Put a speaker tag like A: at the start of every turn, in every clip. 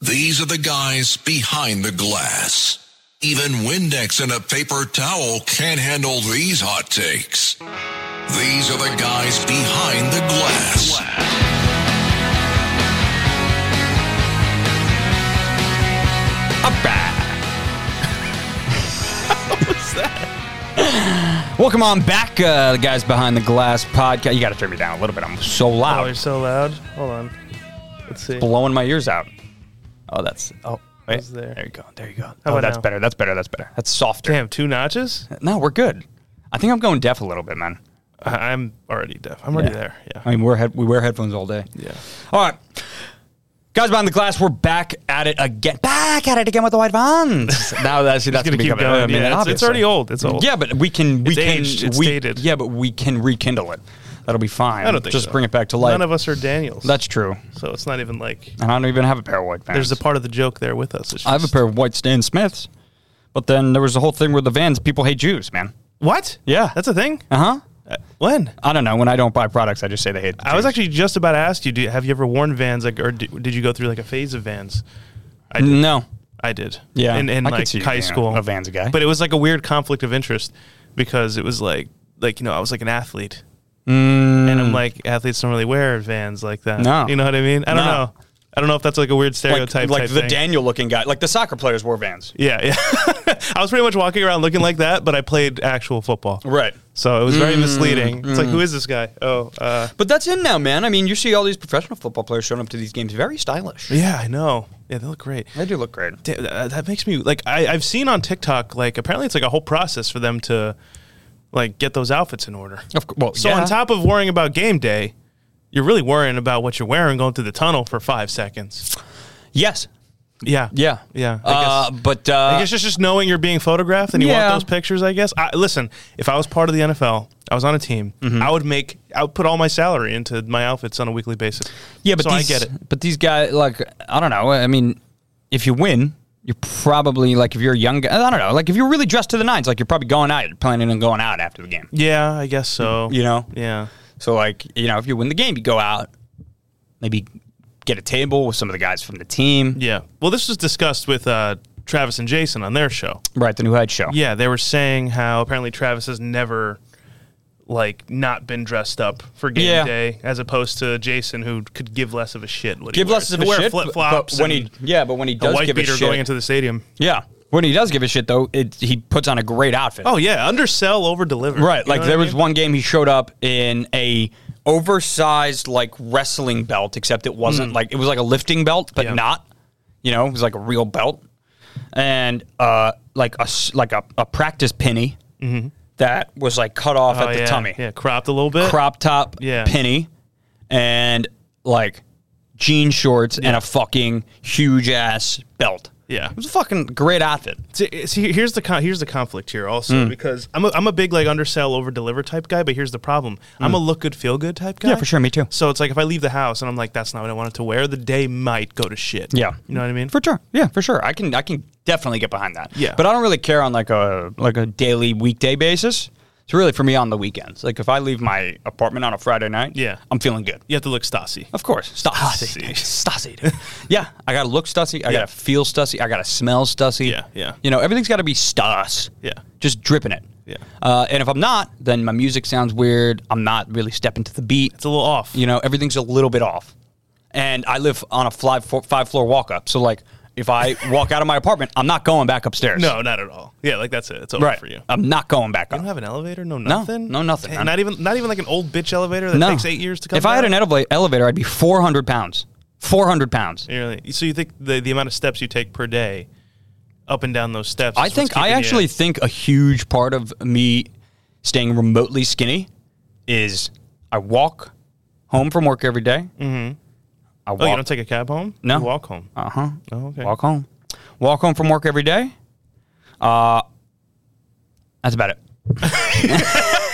A: These are the guys behind the glass. Even Windex and a paper towel can't handle these hot takes. These are the guys behind the glass.
B: Welcome on back, uh, the guys behind the glass podcast. You got to turn me down a little bit. I'm so
C: Oh,
B: loud,
C: you're so loud. Hold on. Let's see.
B: blowing my ears out. Oh, that's oh, wait.
C: was there.
B: there you go, there you go.
C: How
B: oh,
C: about
B: that's
C: now?
B: better. That's better. That's better. That's softer.
C: Damn, two notches?
B: No, we're good. I think I'm going deaf a little bit, man.
C: I- I'm already deaf. I'm already there.
B: I
C: Yeah.
B: mean, we're head- we wear headphones all day.
C: Yeah.
B: All right. Guys behind the glass, we're back at it again. Back at it again with the white vans. now that's that's
C: Gonna
B: gonna
C: keep
B: become-
C: going.
B: I mean,
C: yeah, it's- it's,
B: obviously.
C: already old. It's old.
B: Yeah, but we can we
C: It's
B: can
C: aged. It's
B: we,
C: dated.
B: Yeah, but we can rekindle it. That'll be fine.
C: I don't think
B: just
C: so.
B: bring it back to life.
C: None of us are Daniels.
B: That's true.
C: so it's not even like
B: And I don't even have a pair of white vans.
C: there's a part of the joke there with us. It's
B: I have a
C: just-
B: pair of white Stan Smiths. But then there was a whole thing with the vans. People hate Jews, man.
C: What?
B: Yeah.
C: That's a thing?
B: Uh huh.
C: When?
B: I don't know. When I don't buy products, I just say they hate.
C: I was
B: Jews.
C: actually just about to ask you, do, have you ever worn vans like, or did, did you go through like a phase of vans? I did.
B: no.
C: I did.
B: Yeah,
C: In, in
B: I could
C: like
B: see you
C: high
B: being a-
C: school.
B: a Vans guy.
C: But it was like a weird conflict of interest because it was like, like, you know, I was like an athlete. And I'm like, athletes don't really wear vans like that.
B: Mm. No.
C: You know what I mean? I don't
B: No.
C: know. I don't know if that's like a weird
B: Like,
C: stereotype.
B: like
C: type
B: the
C: thing.
B: Daniel looking guy, like the soccer players wore Vans.
C: Yeah, yeah. I was pretty much walking around looking like that, but I played actual football.
B: Right. Mm.
C: So it was very misleading. It's like, who is this guy? Oh, uh,
B: But that's in now, man. I mean, you see all these professional football players showing up to these games, very stylish.
C: yeah, I know. Yeah, they look great.
B: They do look great.
C: Damn, uh, that makes me like I, I've seen on TikTok like apparently it's like a whole process for them to like get those outfits in order.
B: Of course. Well,
C: So
B: yeah.
C: on top of worrying about game day, you're really worrying about what you're wearing going through the tunnel for five seconds.
B: Yes.
C: Yeah,
B: Yeah.
C: yeah. I guess.
B: Uh, but uh,
C: I guess it's just knowing you're being photographed and you
B: Yeah.
C: want those pictures. I guess. I, listen, if I was part of the NFL, I was on a team.
B: Mm-hmm.
C: I would make. I would put all my salary into my outfits on a weekly basis.
B: Yeah, but
C: so
B: these,
C: I get it.
B: But these guys, like, I don't know. I mean, if you win, you're probably like, if you're a young guy, I don't know. Like, if you're really dressed to the nines, like, you're probably going out, you're planning on going out after the game.
C: Yeah, I guess so.
B: You know?
C: Yeah.
B: So, like, you know, if you win the game, you go out, maybe get a table with some of the guys from the team.
C: Yeah. Well, this was discussed with uh, Travis and Jason on their show.
B: Right, the new head show.
C: Yeah, they were saying how apparently Travis has never like not been dressed up for game
B: Yeah.
C: day, as opposed to Jason, who could give less of a shit. What
B: Give
C: he
B: less
C: wears.
B: of a
C: Wear
B: shit. but-
C: flip flops.
B: but when he, yeah, but when he
C: a
B: does
C: white
B: give a
C: beater
B: shit,
C: going into the stadium.
B: yeah, when he does give a shit though, it, he puts on a great outfit.
C: Oh yeah, undersell, over deliver.
B: Right. Like there was one game he showed up in a oversized like wrestling belt, except it wasn't like it was like a lifting belt, but
C: Hmm. Yeah.
B: not. You know, it was like a real belt, and uh, like a s- like a, a practice penny that was like cut off at the
C: Mm-hmm. Oh, yeah,
B: tummy,
C: Yeah, cropped a little bit.
B: crop top
C: Yeah.
B: penny, and like jean shorts and a fucking huge ass belt.
C: Yeah.
B: It was a fucking great outfit.
C: See, see, here's the con- here's the conflict here
B: Mm.
C: also because I'm a, I'm a big like undersell over deliver type guy, but here's the problem. I'm a look good feel good type guy.
B: Mm. Yeah, for sure, me too.
C: So it's like if I leave the house and I'm like that's not what I wanted to wear, the day might go to shit.
B: Yeah,
C: You know what I mean?
B: For sure. Yeah, for sure. I can I can definitely get behind that.
C: Yeah.
B: but I don't really care on like a like a daily weekday basis. It's really for me on the weekends. Like if I leave my apartment on a Friday night,
C: Yeah.
B: I'm feeling good.
C: you have to look Stassi.
B: Of course, Stussy, Stussy. dude. yeah, I gotta look Stussy. I
C: Yeah.
B: gotta feel Stussy. I gotta smell Stussy.
C: Yeah, yeah.
B: You know, everything's gotta be Stuss.
C: Yeah.
B: just dripping it.
C: Yeah.
B: Uh, and if I'm not, then my music sounds weird. I'm not really stepping to the beat.
C: It's a little off.
B: You know, everything's a little bit off. And I live on a fly, four, five floor walk up. So, like, if I walk out of my apartment, I'm not going back upstairs.
C: No, not at all. Yeah, like that's it. It's over
B: Right.
C: for you. You
B: I'm not going back
C: don't
B: up.
C: have an elevator? No nothing.
B: no nothing.
C: Dang, not even not even like an old bitch elevator that
B: no.
C: takes 8 years to come
B: If I had an
C: down?
B: eleva- elevator, I'd be 400 pounds. 400 pounds.
C: You're like- so you think the, the amount of steps you take per day up and down those steps
B: I
C: is what's
B: think, I
C: keeping you-
B: actually think a huge part of me staying remotely skinny is I walk home from work every day. Mm-hmm. I walk.
C: Oh, you don't take a cab home?
B: No.
C: You walk home.
B: uh huh.
C: Oh, okay.
B: Walk home. Walk home from work every day. Uh, that's about it.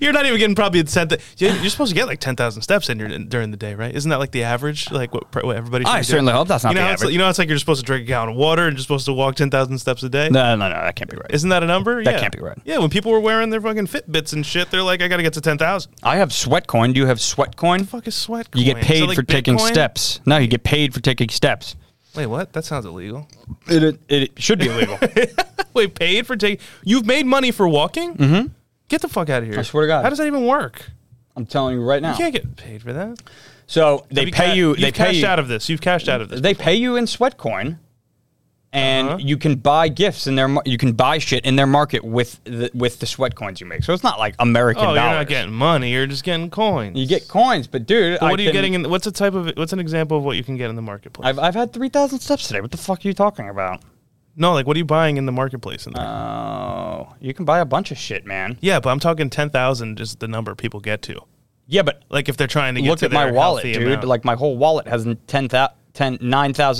C: You're not even getting probably incentive. You're you're supposed to get like ten thousand steps in your, during the day, right? Isn't that like the average? Like what, pr- what everybody? Should
B: I
C: be
B: certainly
C: doing?
B: hope that's not
C: you know
B: the
C: how it's
B: average.
C: Like, you know, how it's like you're supposed to drink a gallon of water and you're supposed to walk ten thousand steps a day.
B: No, no, no, that can't be right.
C: Isn't that a number?
B: That
C: yeah.
B: can't be right.
C: Yeah, when people were wearing their fucking Fitbits and shit, they're like, I gotta get to ten thousand.
B: I have Sweatcoin. Do you have Sweatcoin?
C: Fuck is sweat.
B: You get
C: coin? Is that
B: paid
C: like
B: for taking
C: Bitcoin?
B: steps. No, you get paid for taking steps.
C: Wait, what? That sounds illegal.
B: It, it, it should be illegal.
C: Wait, paid for taking? You've made money for walking? Mm-hmm. Get the fuck out of here! I
B: swear to God.
C: How does that even work?
B: I'm telling you right now.
C: You can't get paid for that.
B: So they
C: Have
B: pay
C: ca-
B: you.
C: You've
B: They pay
C: cashed
B: you.
C: out of this. You've cashed out of Uh-huh. this.
B: they pay you in sweat coin, and you can buy gifts in their. mar- You can buy shit in their market with the, with the sweat coins you make. So it's not like American
C: oh, you're
B: dollars.
C: not getting money. You're just getting coins.
B: You get coins, but dude,
C: But
B: I
C: what are you
B: can-
C: getting? In, what's a type of? What's an example of what you can get in the marketplace?
B: I've I've had three thousand steps today. What the fuck are you talking about?
C: no, like what are you buying in the marketplace? In there?
B: Oh, you can buy a bunch of shit, man.
C: yeah, but I'm talking ten thousand is the number people get to.
B: Yeah, but
C: Like if they're trying to get
B: look
C: to
B: at my
C: their
B: wallet,
C: healthy
B: dude.
C: amount.
B: Like my whole wallet has 10,000 10,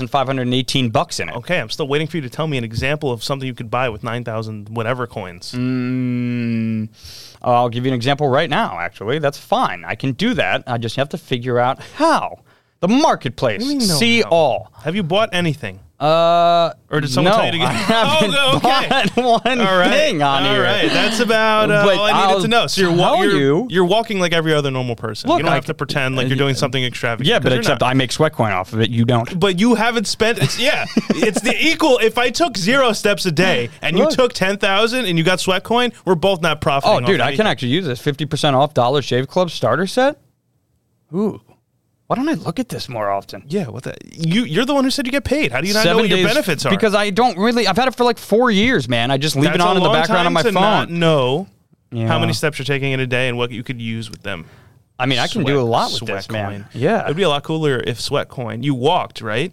B: 9,518 bucks in it.
C: okay, I'm still waiting for you to tell me an example of something you could buy with nine thousand whatever coins.
B: Mm, I'll give you an example right now, actually. That's fine. I can do that. I just have to figure out how. The marketplace.
C: What do you mean, no
B: See
C: how?
B: all.
C: Have you bought anything?
B: Uh,
C: Or did someone
B: no,
C: tell you to get-
B: I haven't
C: Oh, okay.
B: bought one thing on
C: all
B: here.
C: right. That's about uh,
B: But
C: all I needed
B: I'll
C: to know. So you're, wa-
B: tell
C: you're
B: you-
C: you're walking like every other normal person.
B: Look,
C: you don't
B: I
C: have
B: c- uh,
C: to pretend like you're doing something extravagant.
B: Yeah, but
C: 'cause you're
B: except
C: not.
B: I make sweatcoin off of it. You don't.
C: But you haven't spent. It's, yeah, it's the equal. If I took zero steps a day and you
B: Look.
C: took ten thousand and you got sweat coin, we're both not profiting.
B: Oh,
C: off
B: dude, I
C: any-
B: can actually use this. 50% off Dollar Shave Club starter set? Ooh. Why don't I look at this more often?
C: Yeah, what the? You you're the one who said you get paid. How do you not know what your benefits are?
B: Because I don't really, I've had it for like four years, man. I just leave it
C: That's
B: on
C: a
B: in the
C: long
B: background
C: time
B: on my phone.
C: to Not know
B: Yeah.
C: how many steps you're taking in a day and what you could use with them.
B: I mean, I can do a lot with this, man. Yeah.
C: it'd be a lot cooler if sweat coin. You walked right,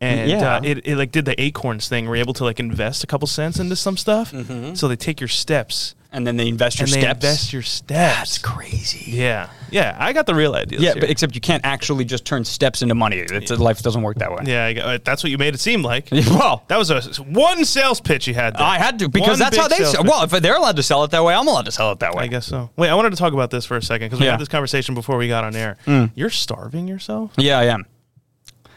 C: and
B: Yeah.
C: uh, it, it like did the acorns thing. We're able to like invest a couple cents into some stuff, so they take your steps
B: and then they invest your
C: and they
B: steps.
C: invest your steps.
B: Crazy.
C: yeah, yeah, I got the real idea.
B: Yeah,
C: this
B: but
C: year.
B: except you can't actually just turn steps into money. It's, Life doesn't work that way.
C: yeah, I got, uh, that's what you made it seem like.
B: Well,
C: That was a one sales pitch you had. There.
B: I had to because
C: One
B: that's
C: big
B: how they.
C: sales
B: Sell.
C: pitch.
B: Well, if they're allowed to sell it that way, I'm allowed to sell it that way.
C: I guess so. Wait, I wanted to talk about this for a second because we
B: Yeah. Mm.
C: had this conversation before we got on air. You're starving yourself.
B: Yeah, I am.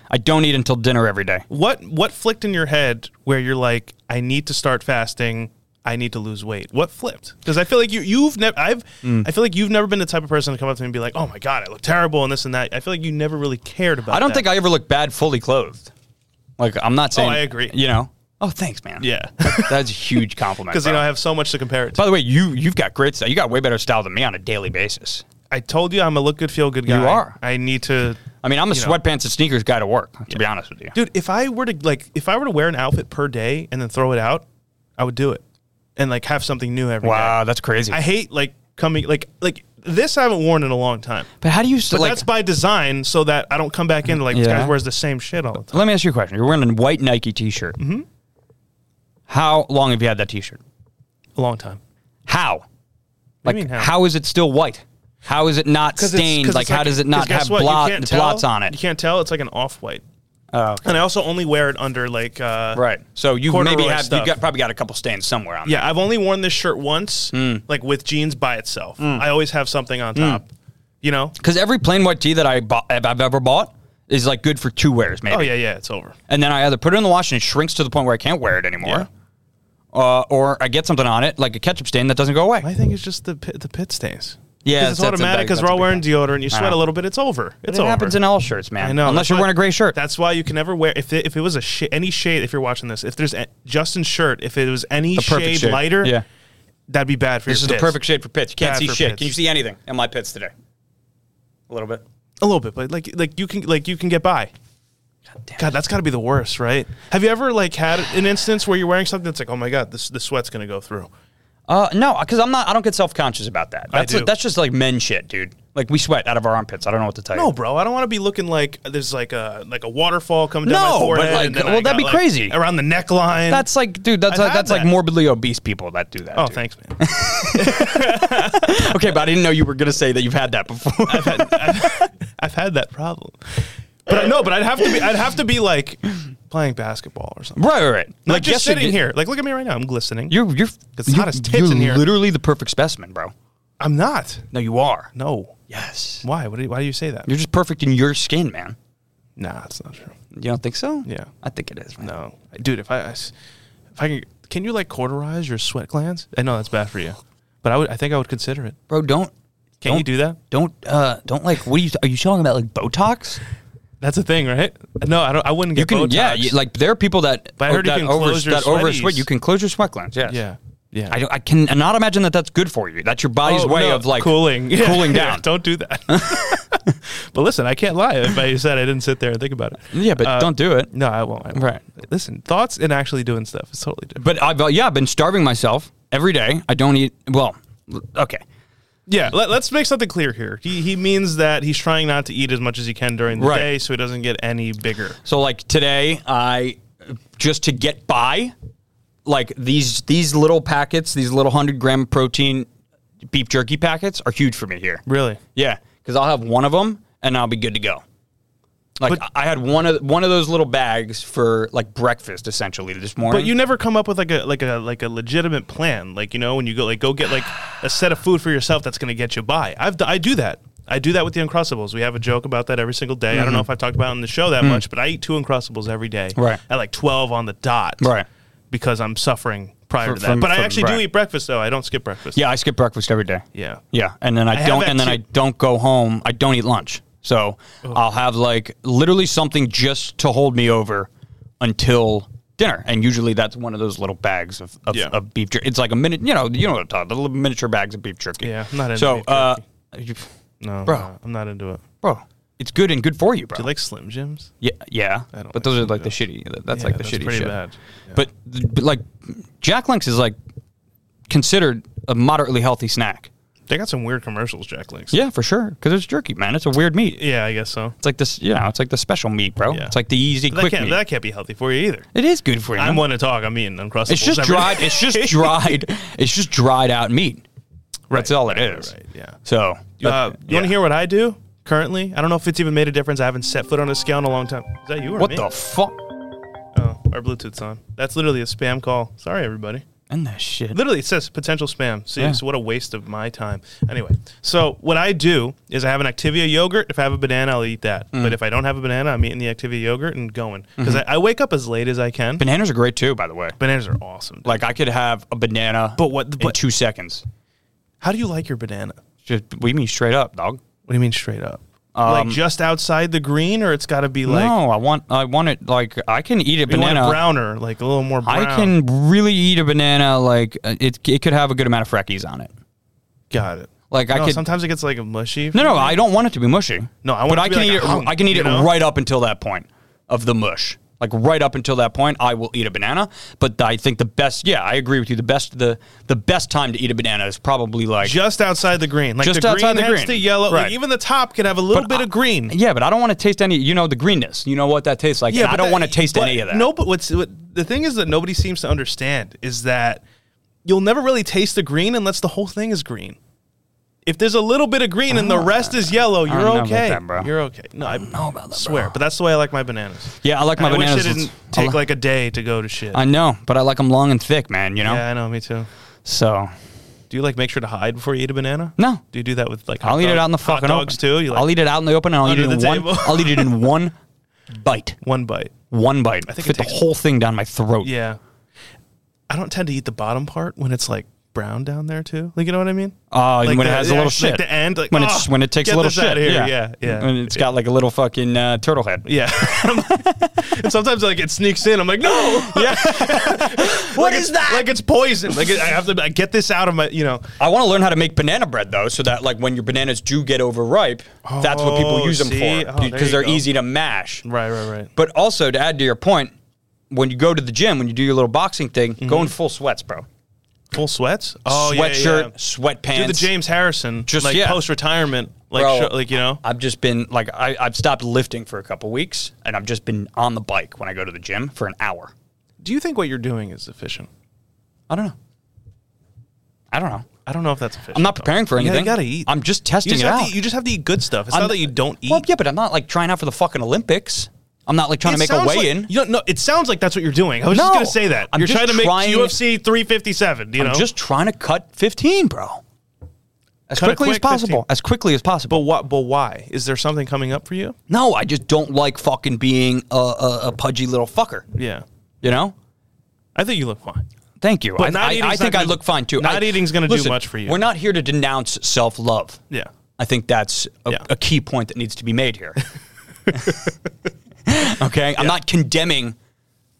B: I don't eat until dinner every day.
C: What what flicked in your head where you're like, I need to start fasting. I need to lose weight. What flipped? Because I feel like you you've never I've
B: Mm.
C: I feel like you've never been the type of person to come up to me and be like, oh my god, I look terrible and this and that. I feel like you never really cared about.
B: I don't
C: that. Oh,
B: think I ever look bad fully clothed. Like I'm not saying.
C: I agree.
B: You know. Oh, thanks, man.
C: yeah,
B: that's a huge compliment.
C: because you know
B: bro.
C: I have so much to compare it to.
B: By the way, you you've got great style. You got way better style than me on a daily basis.
C: I told you I'm a look good, feel good guy.
B: are.
C: I need to.
B: I mean, I'm a
C: You know.
B: sweatpants and sneakers guy to work. To be honest with you,
C: dude if i were to like if i were to wear an outfit per day and then throw it out i would do it and like have something new every day.
B: wow, that's crazy.
C: i hate like coming like like this i haven't worn in a long time
B: but how do you? s-
C: but
B: like,
C: that's by design so that i don't come back into like this
B: Yeah.
C: guy wears the same shit all the time
B: let me ask you a question. You're wearing a white Nike T-shirt. Mm-hmm. How long have you had that T-shirt?
C: a long time
B: How?
C: What
B: Like,
C: do you mean how?
B: how is it still white? How is it not
C: 'Cause it's-
B: stained?
C: 'cause
B: Like,
C: it's
B: how does it not
C: 'cause guess
B: have
C: what? You
B: blot,
C: can't tell.
B: blots on
C: you
B: it?
C: can't tell it's like an off-white
B: Oh,
C: and i also only wear it under like uh
B: right. So you maybe
C: Corduroy
B: have you
C: stuff.
B: got probably got a couple stains somewhere on.
C: yeah i've only worn this shirt once
B: Mm.
C: like with jeans by itself i always have something on top you know
B: Because every plain white tee that I bought, I've ever bought is like good for two wears, maybe.
C: oh yeah yeah it's over
B: and then I either put it in the wash and it shrinks to the point where I can't wear it anymore, uh, or I get something on it like a ketchup stain that doesn't go away.
C: I think it's just the pit, the pit stains.
B: Yeah,
C: 'Cause
B: that's-
C: it's
B: that's a
C: automatic
B: big-
C: because we're
B: that's a
C: all
B: big Uh-huh.
C: wearing
B: thing.
C: deodorant. You
B: I
C: sweat
B: know.
C: a little bit, it's over.
B: But
C: It's
B: it
C: over.
B: happens in all shirts, man.
C: I know.
B: Unless
C: that's
B: you're
C: why-
B: wearing a gray shirt.
C: That's why you can never wear if it, if it was a sh- any shade. If you're watching this, if there's a, Justin's shirt, if it was any
B: perfect
C: shade,
B: shade.
C: lighter,
B: Yeah.
C: that'd be bad for
B: this is
C: your
B: the
C: pits.
B: perfect shade for pits. You can't
C: Bad
B: see
C: for
B: shit.
C: pits.
B: Can you see anything in my pits today? A little bit.
C: A little bit, but like like you can like you can get by. God, that's got to be the worst, right? Have you ever like had an instance where you're wearing something that's like, oh my god, this the sweat's gonna go through.
B: Uh, no, because I'm not. I don't get self conscious about that.
C: I
B: That's
C: do.
B: that's just like men shit, dude. Like we sweat out of our armpits. I don't know what to tell you.
C: No, bro, I don't want to be looking like there's like a like a waterfall coming down
B: No, but,
C: my forehead.
B: like,
C: and then
B: well,
C: I
B: that'd
C: got,
B: be
C: like,
B: crazy.
C: around the neckline.
B: That's like, dude. That's
C: I've
B: like
C: had
B: that's like
C: that.
B: morbidly obese people that do that.
C: oh,
B: dude.
C: thanks, man.
B: Okay, but I didn't know you were gonna say that you've had that before.
C: I've had that problem. But I know, but I'd have to be I'd have to be like playing basketball or something.
B: right, right, right.
C: Like just sitting
B: yesterday-
C: here. Like look at me right now. I'm glistening.
B: You're you're
C: It's hot as tits
B: you're
C: in here.
B: Literally the perfect specimen, bro.
C: I'm not.
B: No, you are.
C: No.
B: Yes.
C: Why? What do you, why do you say that?
B: You're just perfect in your skin, man.
C: Nah, that's not true.
B: You don't think so?
C: Yeah.
B: I think it is. Man.
C: No. Dude, if I I s- if I can can you like cauterize your sweat glands? I know that's bad for you. But I would I think I would consider it.
B: Bro, don't.
C: Can
B: don't,
C: you do that?
B: Don't uh don't like what are you are you talking about like Botox?
C: That's a thing, right? No, I don't. I wouldn't get.
B: You can,
C: Botox.
B: yeah, you, like there are people that
C: But I heard you
B: that
C: can
B: over
C: close your
B: that over
C: sweaties.
B: sweat. You can close your sweat glands. Yes.
C: yeah, yeah.
B: I, don't- I can not imagine that that's good for you. That's your body's
C: Oh,
B: way
C: no,
B: of like
C: cooling, Yeah,
B: cooling
C: yeah,
B: down.
C: don't do that. but listen, I can't lie. If I said I didn't sit there and think about it,
B: Yeah, but
C: Uh,
B: don't do it.
C: No, I won't. I won't.
B: Right.
C: Listen, thoughts and actually doing stuff is totally different.
B: But I've uh, yeah, I've been starving myself every day. I don't eat. Well, l- okay.
C: Yeah, let, us make something clear here. He, he means that he's trying not to eat as much as he can during the
B: Right.
C: day so he doesn't get any bigger.
B: So like today, I just to get by, like these these little packets, these little hundred gram protein beef jerky packets are huge for me here.
C: Really?
B: Yeah, because I'll have one of them and I'll be good to go. Like
C: But-
B: I had one of one of those little bags for like breakfast essentially this morning.
C: But you never come up with like a like a like a legitimate plan. Like you know when you go like go get like a set of food for yourself that's going to get you by. I've d- I do that. I do that with the Uncrustables. We have a joke about that every single day. I don't know if I've talked about it on the show that much, but I eat two Uncrustables every day
B: Mm-hmm. Mm. Right.
C: at like twelve on the dot,
B: Right.
C: Because I'm suffering prior
B: Fr-
C: to that.
B: from-
C: but I
B: from-
C: actually
B: right.
C: do eat breakfast though. I don't skip breakfast.
B: yeah, I skip breakfast every day.
C: yeah,
B: Yeah, and then I,
C: have
B: don't,
C: that
B: and then
C: too.
B: I don't go home. I don't eat lunch, so I'll have like literally something just to hold me over until dinner. And usually that's one of those little bags of of,
C: Yeah.
B: of beef jerky. It's like a minute, you know, you know what I'm talking about, the little miniature bags of beef jerky.
C: Yeah, I'm not into
B: so.
C: beef
B: uh,
C: jerky.
B: you-
C: No,
B: Bro.
C: no, I'm not into it.
B: bro, it's good and good for you, bro.
C: Do you like Slim Jims?
B: yeah, yeah,
C: don't
B: but
C: like
B: those are
C: Slim
B: like the shitty. That's
C: Yeah,
B: like the
C: that's
B: shitty
C: pretty
B: shit.
C: bad. Yeah.
B: But, but like Jack Links is like considered a moderately healthy snack.
C: They got some weird commercials, Jack Links.
B: Yeah, for sure, because it's jerky, man. It's a weird meat.
C: Yeah, I guess so.
B: It's like this, you know, it's like the special meat, bro.
C: Yeah.
B: It's like the easy,
C: That
B: quick
C: can't,
B: meat.
C: that can't be healthy for you either.
B: it is good for you.
C: I'm one to talk. I'm eating uncrustables.
B: it's just
C: every
B: dried.
C: day.
B: It's just dried. It's just dried out meat. That's all it is.
C: right, yeah.
B: So but-
C: Uh, you want to hear what I do currently? I don't know if it's even made a difference. I haven't set foot on a scale in a long time. Is that you or
B: what
C: me?
B: the fuck?
C: oh, our Bluetooth's on. That's literally a spam call. Sorry, everybody.
B: And that shit.
C: Literally, it says potential spam. See,
B: Yeah.
C: so what a waste of my time. Anyway, so what I do is I have an Activia yogurt. If I have a banana, I'll eat that.
B: Mm.
C: But if I don't have a banana, I'm eating the Activia yogurt and going
B: Mm-hmm.
C: because I, I wake up as late as I can.
B: Bananas are great too, by the way.
C: Bananas are awesome. dude.
B: Like I could have a banana,
C: But what-
B: in
C: but-
B: two seconds.
C: How do you like your banana?
B: Just we mean straight up, dog.
C: What do you mean straight up?
B: Um,
C: like just outside the green, or it's got to be like
B: no, I want, I want it like I can eat a
C: you want
B: banana.
C: it browner, like a little more brown.
B: I can really eat a banana. Like uh, it, it could have a good amount of freckies on it.
C: got it.
B: Like I
C: No,
B: could.
C: sometimes it gets like a mushy.
B: No, no, I don't want it to be mushy.
C: No, I
B: but
C: want it to
B: I
C: be
B: can
C: like
B: eat
C: a
B: it.
C: hunk,
B: I can eat
C: you
B: it
C: know?
B: right up until that point of the mush. Like right up until that point, I will eat a banana. But I think the best, yeah, I agree with you. The best, the the best time to eat a banana is probably like,
C: just outside the green, like
B: Just
C: the
B: outside
C: green
B: the
C: hits
B: green.
C: the yellow.
B: Right.
C: Like even the top could have a little
B: But
C: bit
B: I-
C: of green.
B: yeah, but I don't want to taste any. You know the greenness. You know what that tastes like. and
C: but
B: I don't
C: that-
B: want to taste
C: but
B: any of that.
C: No, but what's what, the thing is that nobody seems to understand is that you'll never really taste the green unless the whole thing is green. If there's a little bit of green
B: Oh,
C: and the rest is yellow, you're
B: don't know about
C: okay.
B: that, bro.
C: You're okay. No, I
B: know about that, bro.
C: Swear, but that's the way I like my bananas.
B: Yeah, I like my
C: I
B: bananas.
C: Wish it didn't
B: It's- I
C: take
B: li-
C: like a day to go to shit.
B: I know, but I like them long and thick, man. You know.
C: yeah, I know. Me too.
B: So
C: Do you like make sure to hide before you eat a banana?
B: No.
C: Do you do that with like?
B: I'll
C: hot
B: eat it
C: dog-
B: out in the
C: hot
B: fucking
C: dogs
B: open.
C: too. You like
B: I'll eat it out in the open, and I'll eat it
C: Under
B: in
C: the
B: one.
C: table.
B: I'll eat it in one bite.
C: one bite.
B: One bite. I
C: think it
B: fit the
C: tastes-
B: whole thing down my throat.
C: Yeah. I don't tend to eat the bottom part when it's like brown down there too. Like you know what I mean?
B: Oh, and
C: Like
B: when it
C: the-
B: has a little
C: like
B: shit.
C: the end, like,
B: when it's
C: "Oh,
B: when it takes a
C: get
B: little
C: this
B: shit.
C: out of here."
B: Yeah,
C: Yeah, yeah.
B: And it's got like a little fucking uh, turtle head.
C: Yeah. and sometimes like it sneaks in. I'm like, no. Yeah.
B: What
C: What is
B: is that?
C: Like it's poison. Like I have to I get this out of my. You know.
B: I want to learn how to make banana bread though, so that like when your bananas do get overripe, that's what people
C: Oh,
B: use them
C: see?
B: for
C: Oh, there
B: because
C: you
B: they're
C: go.
B: easy to mash.
C: Right. Right. Right.
B: But also to add to your point, when you go to the gym, when you do your little boxing thing, go in full sweats, bro.
C: Full sweats. Mm-hmm. Oh yeah,
B: Sweatshirt,
C: yeah.
B: sweatpants.
C: Do the James Harrison
B: Just-
C: just like
B: yeah.
C: post retirement. Like
B: Bro,
C: show, like you know.
B: I've just been like I, I've stopped lifting for a couple weeks, and I've just been on the bike when I go to the gym for an hour.
C: Do you think what you're doing is efficient?
B: I don't know. I don't know.
C: I don't know if that's efficient.
B: I'm not preparing for
C: You gotta-
B: anything.
C: You gotta eat.
B: I'm just
C: You
B: testing
C: just,
B: it
C: have
B: out.
C: to, eat- you just have to eat good stuff. It's
B: I'm-
C: not that you don't eat.
B: Well, yeah, but I'm not like trying out for the fucking Olympics. I'm not like trying to
C: It
B: make a
C: sounds
B: weigh
C: like-
B: in.
C: You don't know. It sounds like that's what you're doing. I was
B: No.
C: just gonna say that.
B: I'm
C: you're
B: just
C: trying to make
B: trying-
C: UFC 357. You know,
B: I'm just trying to cut 15, bro. As
C: Cut a
B: quickly as
C: quick
B: possible.
C: 15.
B: As quickly as
C: but
B: possible.
C: what? But why? Is there something coming up for you?
B: no, I just don't like fucking being a, a, a pudgy little fucker.
C: Yeah,
B: You know?
C: I think you look fine.
B: Thank you. I,
C: not
B: I- I
C: eating's not
B: think I
C: gonna-
B: look fine too.
C: not
B: I-
C: eating's gonna do
B: listen,
C: much for you.
B: We're not here to denounce self love.
C: Yeah.
B: I think that's a,
C: Yeah.
B: a key point that needs to be made here. Okay, I'm not condemning,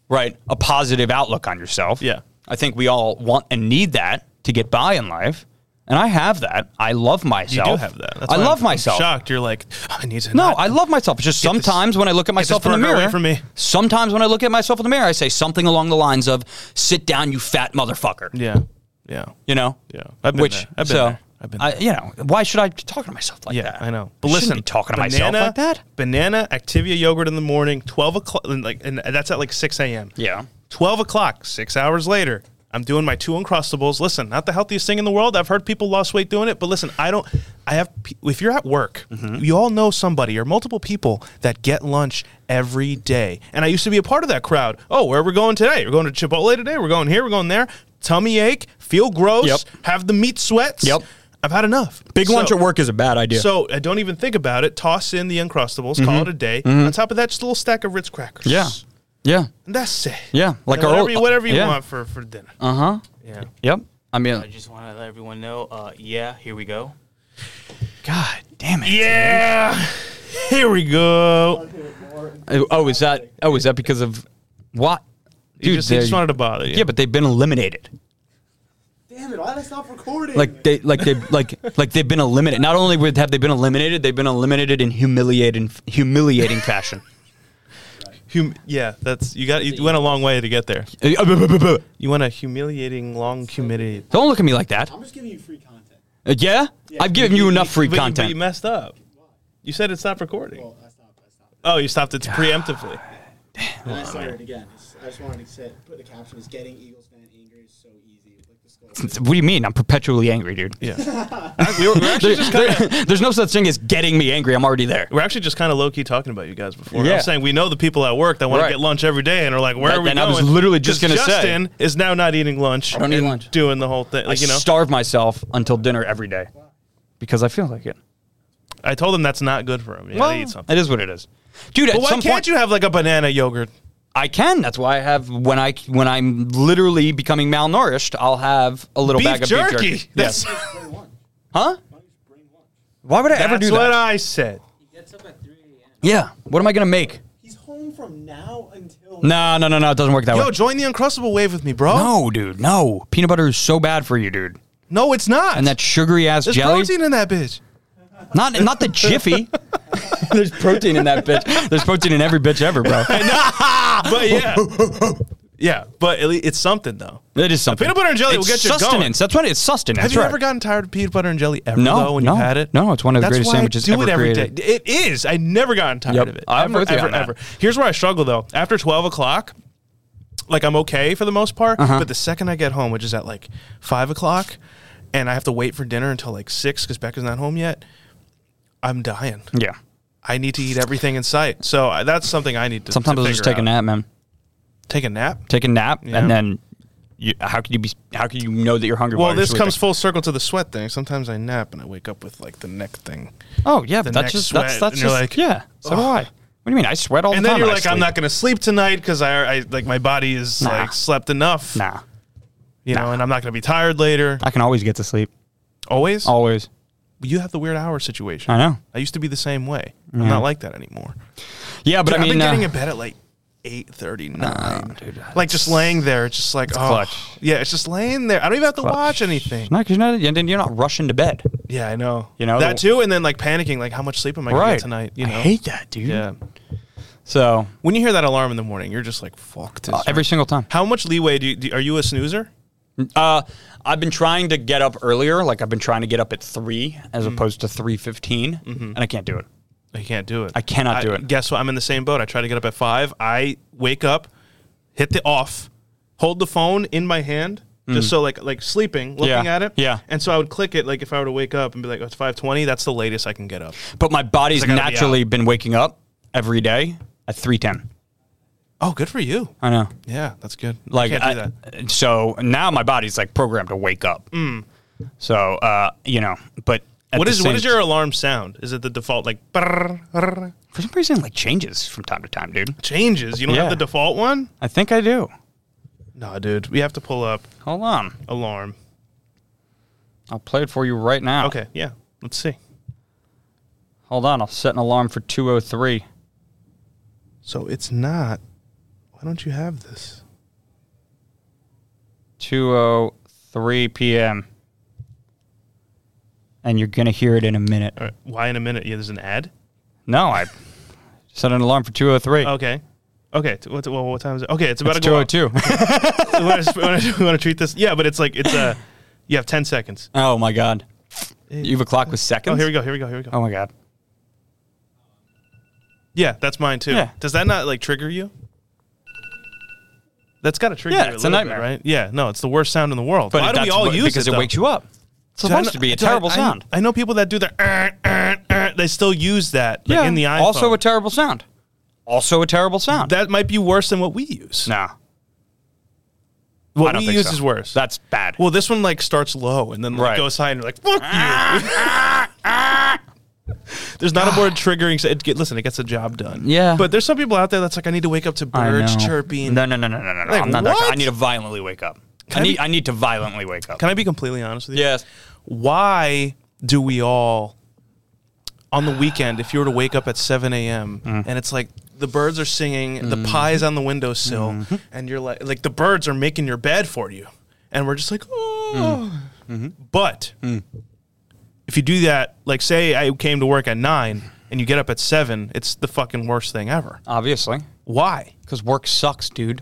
B: right, a positive outlook on yourself.
C: Yeah.
B: I think we all want and need that to get by in life, and I have that. I love
C: You
B: myself.
C: do have that. That's
B: I
C: why
B: love
C: I'm- I'm
B: myself.
C: shocked. You're like, I need to.
B: No,
C: not-
B: I love myself. It's just
C: this-
B: sometimes when I look at
C: this
B: myself in the
C: burger
B: mirror,
C: away from me.
B: sometimes when I look at myself in the mirror, I say something along the lines of "Sit down, you fat motherfucker."
C: Yeah. Yeah.
B: You know?
C: Yeah. I've been
B: Which
C: there. I've been
B: so
C: there. I've been
B: I-
C: there.
B: you know, why should I be talking to myself like
C: Yeah,
B: that?
C: I know.
B: But
C: But
B: I
C: listen,
B: shouldn't be talking to myself like that.
C: Banana Activia yogurt in the morning, twelve o'clock, and like, and that's at like six a.m.
B: Yeah.
C: twelve o'clock, six hours later. I'm doing my two uncrustables. Listen, not the healthiest thing in the world. I've heard people lost weight doing it, but listen, I don't. I have. pe- If you're at work,
B: Mm-hmm.
C: you all know somebody or multiple people that get lunch every day, and I used to be a part of that crowd. Oh, where are we going today? We're going to Chipotle today. We're going here. We're going there. Tummy ache, feel gross,
B: Yep.
C: have the meat sweats.
B: Yep.
C: I've had enough.
B: Big lunch
C: So-
B: at work is a bad idea.
C: so I don't even think about it. Toss in the Uncrustables, call it a day. On top of that, just a little stack of Ritz crackers.
B: Mm-hmm. yeah. Yeah.
C: And that's it.
B: Yeah, like
C: And
B: our
C: whatever,
B: old-
C: you- whatever you
B: yeah.
C: want for, for dinner. Uh
B: Uh-huh.
C: Yeah.
B: Yep. I mean,
D: I just want to let everyone know. Uh, yeah, here we go.
B: God damn it.
C: Yeah. Here we go.
B: Oh, is that? Oh, is that because of what?
C: Dude, just, he
B: they're-
C: just wanted to bother you.
B: yeah, but they've been eliminated.
E: Damn it, why did I stop recording?
B: Like they, like they, like like they've been eliminated. Not only would- have they been eliminated, they've been eliminated in humiliating, humiliating fashion.
C: Hum- yeah, that's you got. You went a long way to get there.
B: Don't
C: You went a humiliating long humidity.
B: look at me like that.
E: I'm just giving you free content.
B: Uh, yeah? I've given you enough free
C: But you- But you
B: content.
C: messed up. You said it's not recording.
E: I stopped. I stopped.
C: Oh, you stopped it preemptively.
E: And I started it again. It's- I just wanted to say, put the caption is getting Eagles fan angry is so easy. Like the score.
B: What do you mean? I'm perpetually angry, dude.
C: Yeah.
B: There- there- there's no such thing as getting me angry. I'm already there.
C: We're actually just kind of low key talking about you guys before.
B: Yeah.
C: I'm saying we know the people at work that want
B: Right.
C: to get lunch every day and are like, where
B: Right,
C: are we
B: and I
C: going?
B: was literally just
C: 'Cause
B: gonna say-
C: Justin is now not eating lunch.
B: don't eat
C: and
B: lunch.
C: Doing the whole thing. Like, you know,
B: I starve myself until dinner every day because I feel like it.
C: I told him that's not good for him. You gotta eat something.
B: it is what it is, dude.
C: But
B: at
C: why
B: some
C: can't
B: point,
C: you have like a banana yogurt?
B: I can. That's why I have when I when I'm literally becoming malnourished, I'll have a little bag
C: Beef
B: of
C: jerky.
B: beef jerky.
C: That's,
E: Bring lunch.
B: Huh?
E: Why don't you just bring lunch?
B: Why would I ever
C: that's
B: do
C: what
B: that?
C: I said.
B: yeah. What am I gonna make?
E: He's home from now until.
B: No, no, no, no. It doesn't work that
C: Yo,
B: way.
C: join the Uncrustable wave with me, bro.
B: No, dude. No. Peanut butter is so bad for you, dude.
C: No, it's not.
B: And that sugary ass
C: There's
B: jelly.
C: protein in that bitch.
B: Not not the jiffy. There's protein in that bitch. There's protein in every bitch ever, bro.
C: But yeah. yeah, but at least it's something though.
B: It is something.
C: Peanut butter and jelly will
B: It's
C: get you going.
B: sustenance. That's what it is. Sustenance.
C: Have you
B: right.
C: ever gotten tired of peanut butter and jelly ever
B: No,
C: though when
B: no.
C: you've had it?
B: No, it's one of the
C: That's
B: greatest
C: why I
B: sandwiches
C: do
B: ever
C: it every day.
B: created.
C: It is. I never gotten tired
B: Yep.
C: of it.
B: I'm
C: ever,
B: with you
C: ever,
B: on that.
C: ever. Here's where I struggle though. After twelve o'clock, like I'm okay for the most part,
B: Uh-huh.
C: but the second I get home, which is at like five o'clock, and I have to wait for dinner until like six because Becca's not home yet, I'm dying.
B: Yeah.
C: I need to eat everything in sight. So I, that's something I need to.
B: Sometimes
C: to
B: I'll just
C: figure
B: take a
C: out.
B: nap, man.
C: Take a nap.
B: Take a nap,
C: Yeah.
B: and then you, how can you be? How can you know that you're hungry?
C: Well,
B: while you're
C: this comes
B: sleeping?
C: full circle to the sweat thing. Sometimes I nap and I wake up with like the neck thing.
B: Oh yeah, but
C: the
B: that's
C: next
B: just that's
C: sweat,
B: that's
C: and you're
B: just
C: like,
B: yeah. So do I. What do you mean? I sweat all
C: and
B: the
C: then
B: time.
C: you're
B: when I
C: like, I'm
B: sleep.
C: not going to sleep tonight because I, I like my body is
B: Nah.
C: like slept enough,
B: Nah,
C: you know,
B: nah.
C: and I'm not going to be tired later.
B: I can always get to sleep.
C: Always,
B: Always.
C: you have the weird hour situation.
B: Oh. I know.
C: I used to be the same way. I'm not like that anymore.
B: Yeah, but
C: Dude,
B: I mean,
C: I've been
B: uh, Oh,
C: getting in bed at like eight thirty nine, like just laying there, it's just like oh
B: clutch.
C: yeah, it's just laying there. I don't even have to watch anything.
B: no, 'cause you're not. And then you're not rushing to bed.
C: Yeah, I know.
B: You know,
C: that
B: the-
C: too, and then like panicking, like how much sleep am I gonna
B: Right
C: get tonight? You know,
B: I hate that, dude.
C: yeah.
B: So
C: When you hear that alarm in the morning, you're just like fuck this.
B: every single time.
C: how much leeway do you? Do, are you a snoozer?
B: Uh, I've been trying to get up earlier. Like I've been trying to get up at three as
C: Mm-hmm.
B: opposed to three and I can't do it.
C: I can't do it.
B: I cannot do it.
C: Guess what? I'm in the same boat. I try to get up at five. I wake up, hit the off, hold the phone in my hand, just so like like sleeping, looking
B: Mm. Yeah.
C: at it.
B: Yeah.
C: And so I would click it like if I were to wake up and be like, oh, it's five twenty. That's the latest I can get up.
B: But my body's
C: I gotta be
B: naturally been waking up every day at three ten.
C: Oh, good for you.
B: I know.
C: Yeah, that's good. I
B: Like
C: can't do
B: I-
C: that. Mm.
B: so now my body's like programmed to wake up. So uh, you know, but at
C: What
B: the
C: is what
B: same-
C: is your alarm sound? Is it the default like brrr, brrr,
B: for some reason it, like changes from time to time, dude.
C: changes? You don't
B: Yeah.
C: have the default one?
B: I think I do.
C: No, dude. We have to pull up
B: Hold on,
C: alarm.
B: I'll play it for you right now.
C: Okay, yeah. Let's see.
B: Hold on, I'll set an alarm for two o three.
C: So it's not. Why don't you have this?
B: 2:03 p.m. And you're gonna hear it in a minute.
C: All right. Why in a minute? Yeah, there's an ad.
B: Uh, No, I set an alarm for 2:03.
C: Okay. Okay. t- What, well, what time is it? Okay, it's about
B: it's
C: to go. out.
B: 2:02.
C: We wanna- we wanna- we want to treat this. Yeah, but it's like it's Uh, you have ten seconds.
B: oh my god, you have a clock with seconds.
C: Oh, here we go. Here we go. Here we go.
B: Oh my god.
C: Yeah, that's mine too.
B: Yeah.
C: Does that not like trigger you? That's got to trigger.
B: Yeah,
C: you
B: it's a
C: a, little bit,
B: nightmare.
C: right? Yeah. No, it's the worst sound in the world. Why do we
B: that's
C: all
B: what-
C: use
B: because it,
C: though?
B: wakes you up. It's
C: Do I
B: supposed
C: kn-
B: to be a
C: do I-
B: terrible
C: I-
B: sound.
C: I, know people that do the. "Uh, uh, uh," they still use that like, in the iPhone.
B: Also a terrible sound. Also a terrible sound.
C: that might be worse than what we use.
B: no.
C: what
B: I don't
C: we
B: think
C: use
B: so.
C: is worse.
B: That's bad.
C: well, this one like starts low and then like,
B: Right.
C: goes high, and you're like, "Fuck you." There's not a more triggering. It get, listen, it gets the job done.
B: Yeah.
C: but there's some people out there that's like, I need to wake up to
B: I
C: birds
B: know.
C: chirping.
B: No, no, no, no, no, no. no.
C: Like,
B: I'm not that guy.
C: what?
B: I need to violently wake up. I
C: I
B: need.
C: be-
B: I need to violently wake up.
C: Can I be completely honest with you?
B: yes.
C: why do we all on the weekend if you were to wake up at 7 a.m
B: Mm-hmm.
C: and it's like the birds are singing the pie's on the windowsill
B: Mm-hmm.
C: and you're like like the birds are making your bed for you and we're just like oh
B: Mm-hmm.
C: but
B: Mm.
C: if you do that like say i came to work at 9 and you get up at 7 it's the fucking worst thing ever
B: Obviously,
C: why
B: because work sucks, dude.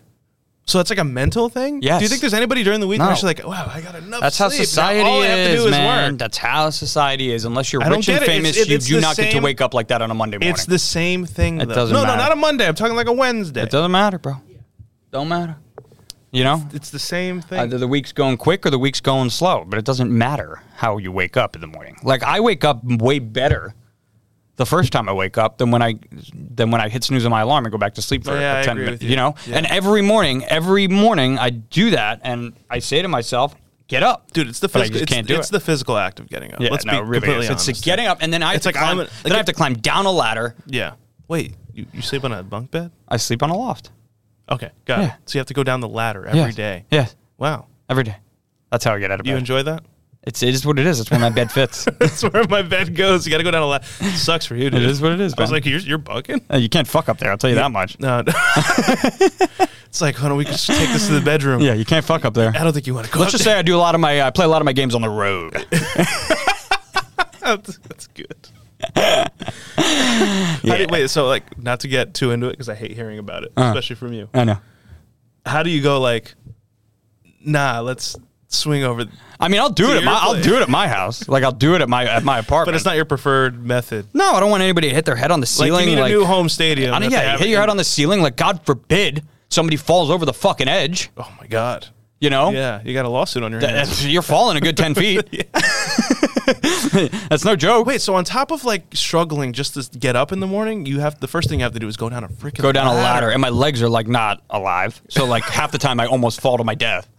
C: so that's like a mental thing
B: Yes.
C: do you think there's anybody during the week that's
B: No.
C: like wow i got enough
B: That's how
C: sleep. Now
B: society
C: all I have to
B: is,
C: do is
B: man.
C: work
B: That's how society is. Unless you're
C: I don't
B: rich and
C: get it. It's-
B: famous,
C: it-
B: you
C: it's
B: do
C: the
B: not get to
C: same-
B: wake up like that on a Monday morning.
C: It's the same thing.
B: It
C: though.
B: doesn't
C: no,
B: matter.
C: no, not a Monday. I'm talking like a Wednesday.
B: It doesn't matter, bro. Don't matter. You know,
C: It's the same thing.
B: either the week's going quick or the week's going slow, but it doesn't matter how you wake up in the morning. Like I wake up way better the first time I wake up than when I than when I hit snooze on my alarm and go back to sleep for
C: Yeah, I
B: ten
C: agree
B: minutes.
C: with you.
B: You. know, and every morning, every morning I do that, and I say to myself, "Get up,
C: Dude, it's the
B: But I
C: physical.
B: just
C: It's,
B: can't do
C: it's
B: it.
C: the physical act of getting up.
B: Yeah,
C: Let's
B: no,
C: be
B: it really
C: completely
B: is.
C: honest.
B: It's the getting up, and then I have
C: It's
B: to
C: like
B: climb,
C: I'm a-
B: then I have to climb down a ladder.
C: Yeah. Wait, you, you sleep on a bunk bed?
B: I sleep on a loft
C: Okay, got
B: Yeah.
C: it. So you have to go down the ladder every
B: Yes.
C: day.
B: Yes,
C: Wow.
B: every day. That's how I get out of
C: You
B: bed.
C: enjoy that?
B: it's it is what it is. It's where my bed fits. it
C: That's where my bed goes. You got to go down a ladder. Sucks for you, dude.
B: is what it is.
C: I was
B: man.
C: like, you're, you're bugging?
B: Uh, you can't fuck up there. I'll tell you that much.
C: No. it's like, why don't we just take this to the bedroom?
B: Yeah, you can't fuck up there.
C: I don't think you want to go.
B: Let's
C: out
B: just
C: there.
B: say I do a lot of my I play a lot of my games on the road.
C: That's that's good. How do you- wait, so like, not to get too into it because I hate hearing about it,
B: Uh-huh.
C: especially from you.
B: I know.
C: How do you go like, nah, let's swing over, th-
B: I mean, I'll do it. At
C: your
B: my, I'll
C: place.
B: do it at my house. Like I'll do it at my at my apartment.
C: but it's not your preferred method.
B: No, I don't want anybody to hit their head on the
C: Like,
B: ceiling.
C: you need a new home stadium.
B: I mean,
C: that they
B: yeah, you
C: have
B: hit your
C: in-
B: head on the ceiling. Like God forbid somebody falls over the fucking edge.
C: Oh my god.
B: You know.
C: Yeah, you got a lawsuit on your
B: Th-
C: hands.
B: th- You're falling a good ten feet. That's no joke.
C: Wait, so on top of like struggling just to get up in the morning, you have the first thing you have to do is go down a freaking
B: Go down a ladder, and my legs are like not alive. So like half the time, I almost fall to my death.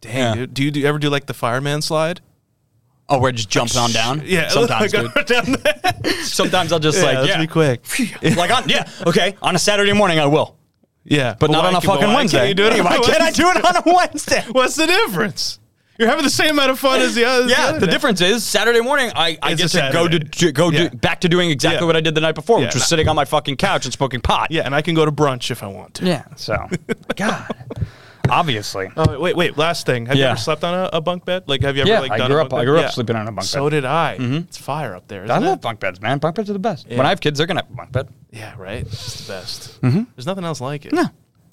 C: Dang, dude. Do you do, ever do like the fireman slide?
B: Oh, we're just jumping on down.
C: Yeah,
B: sometimes,
C: go
B: dude.
C: down there.
B: Sometimes I'll just
C: Yeah,
B: like
C: let's
B: yeah,
C: be quick.
B: like on yeah, okay, on a Saturday morning I will,
C: Yeah,
B: but, not
C: why
B: on a
C: can- but
B: fucking
C: why
B: Wednesday.
C: Can't you do it on
B: why
C: a
B: can't I
C: Wednesday?
B: do it on a Wednesday?
C: What's the difference? You're having the same amount of fun as the other.
B: Yeah,
C: other
B: the
C: day.
B: difference is Saturday morning I, I
C: It's
B: get
C: a
B: to go to
C: Saturday.
B: to go
C: Yeah.
B: do, back to doing exactly
C: Yeah.
B: what I did the night before, which
C: Yeah.
B: was sitting on my fucking couch and smoking pot.
C: Yeah, and I can go to brunch if I want to.
B: yeah. So, God, obviously,
C: Oh, wait, wait. Last thing. Have
B: Yeah.
C: you ever slept on a, a bunk bed? Like, have you ever
B: yeah.
C: like
B: I
C: done
B: grew
C: a
B: up.
C: bunk
B: I
C: bed?
B: grew up
C: Yeah.
B: sleeping on a bunk
C: So
B: bed. Mm-hmm.
C: did I. It's fire up there. Isn't
B: I love
C: it?
B: bunk beds, man. Bunk beds are the best. When I have kids, they're gonna have a bunk bed
C: Yeah, right. It's the best.
B: Mm-hmm.
C: There's nothing else like it.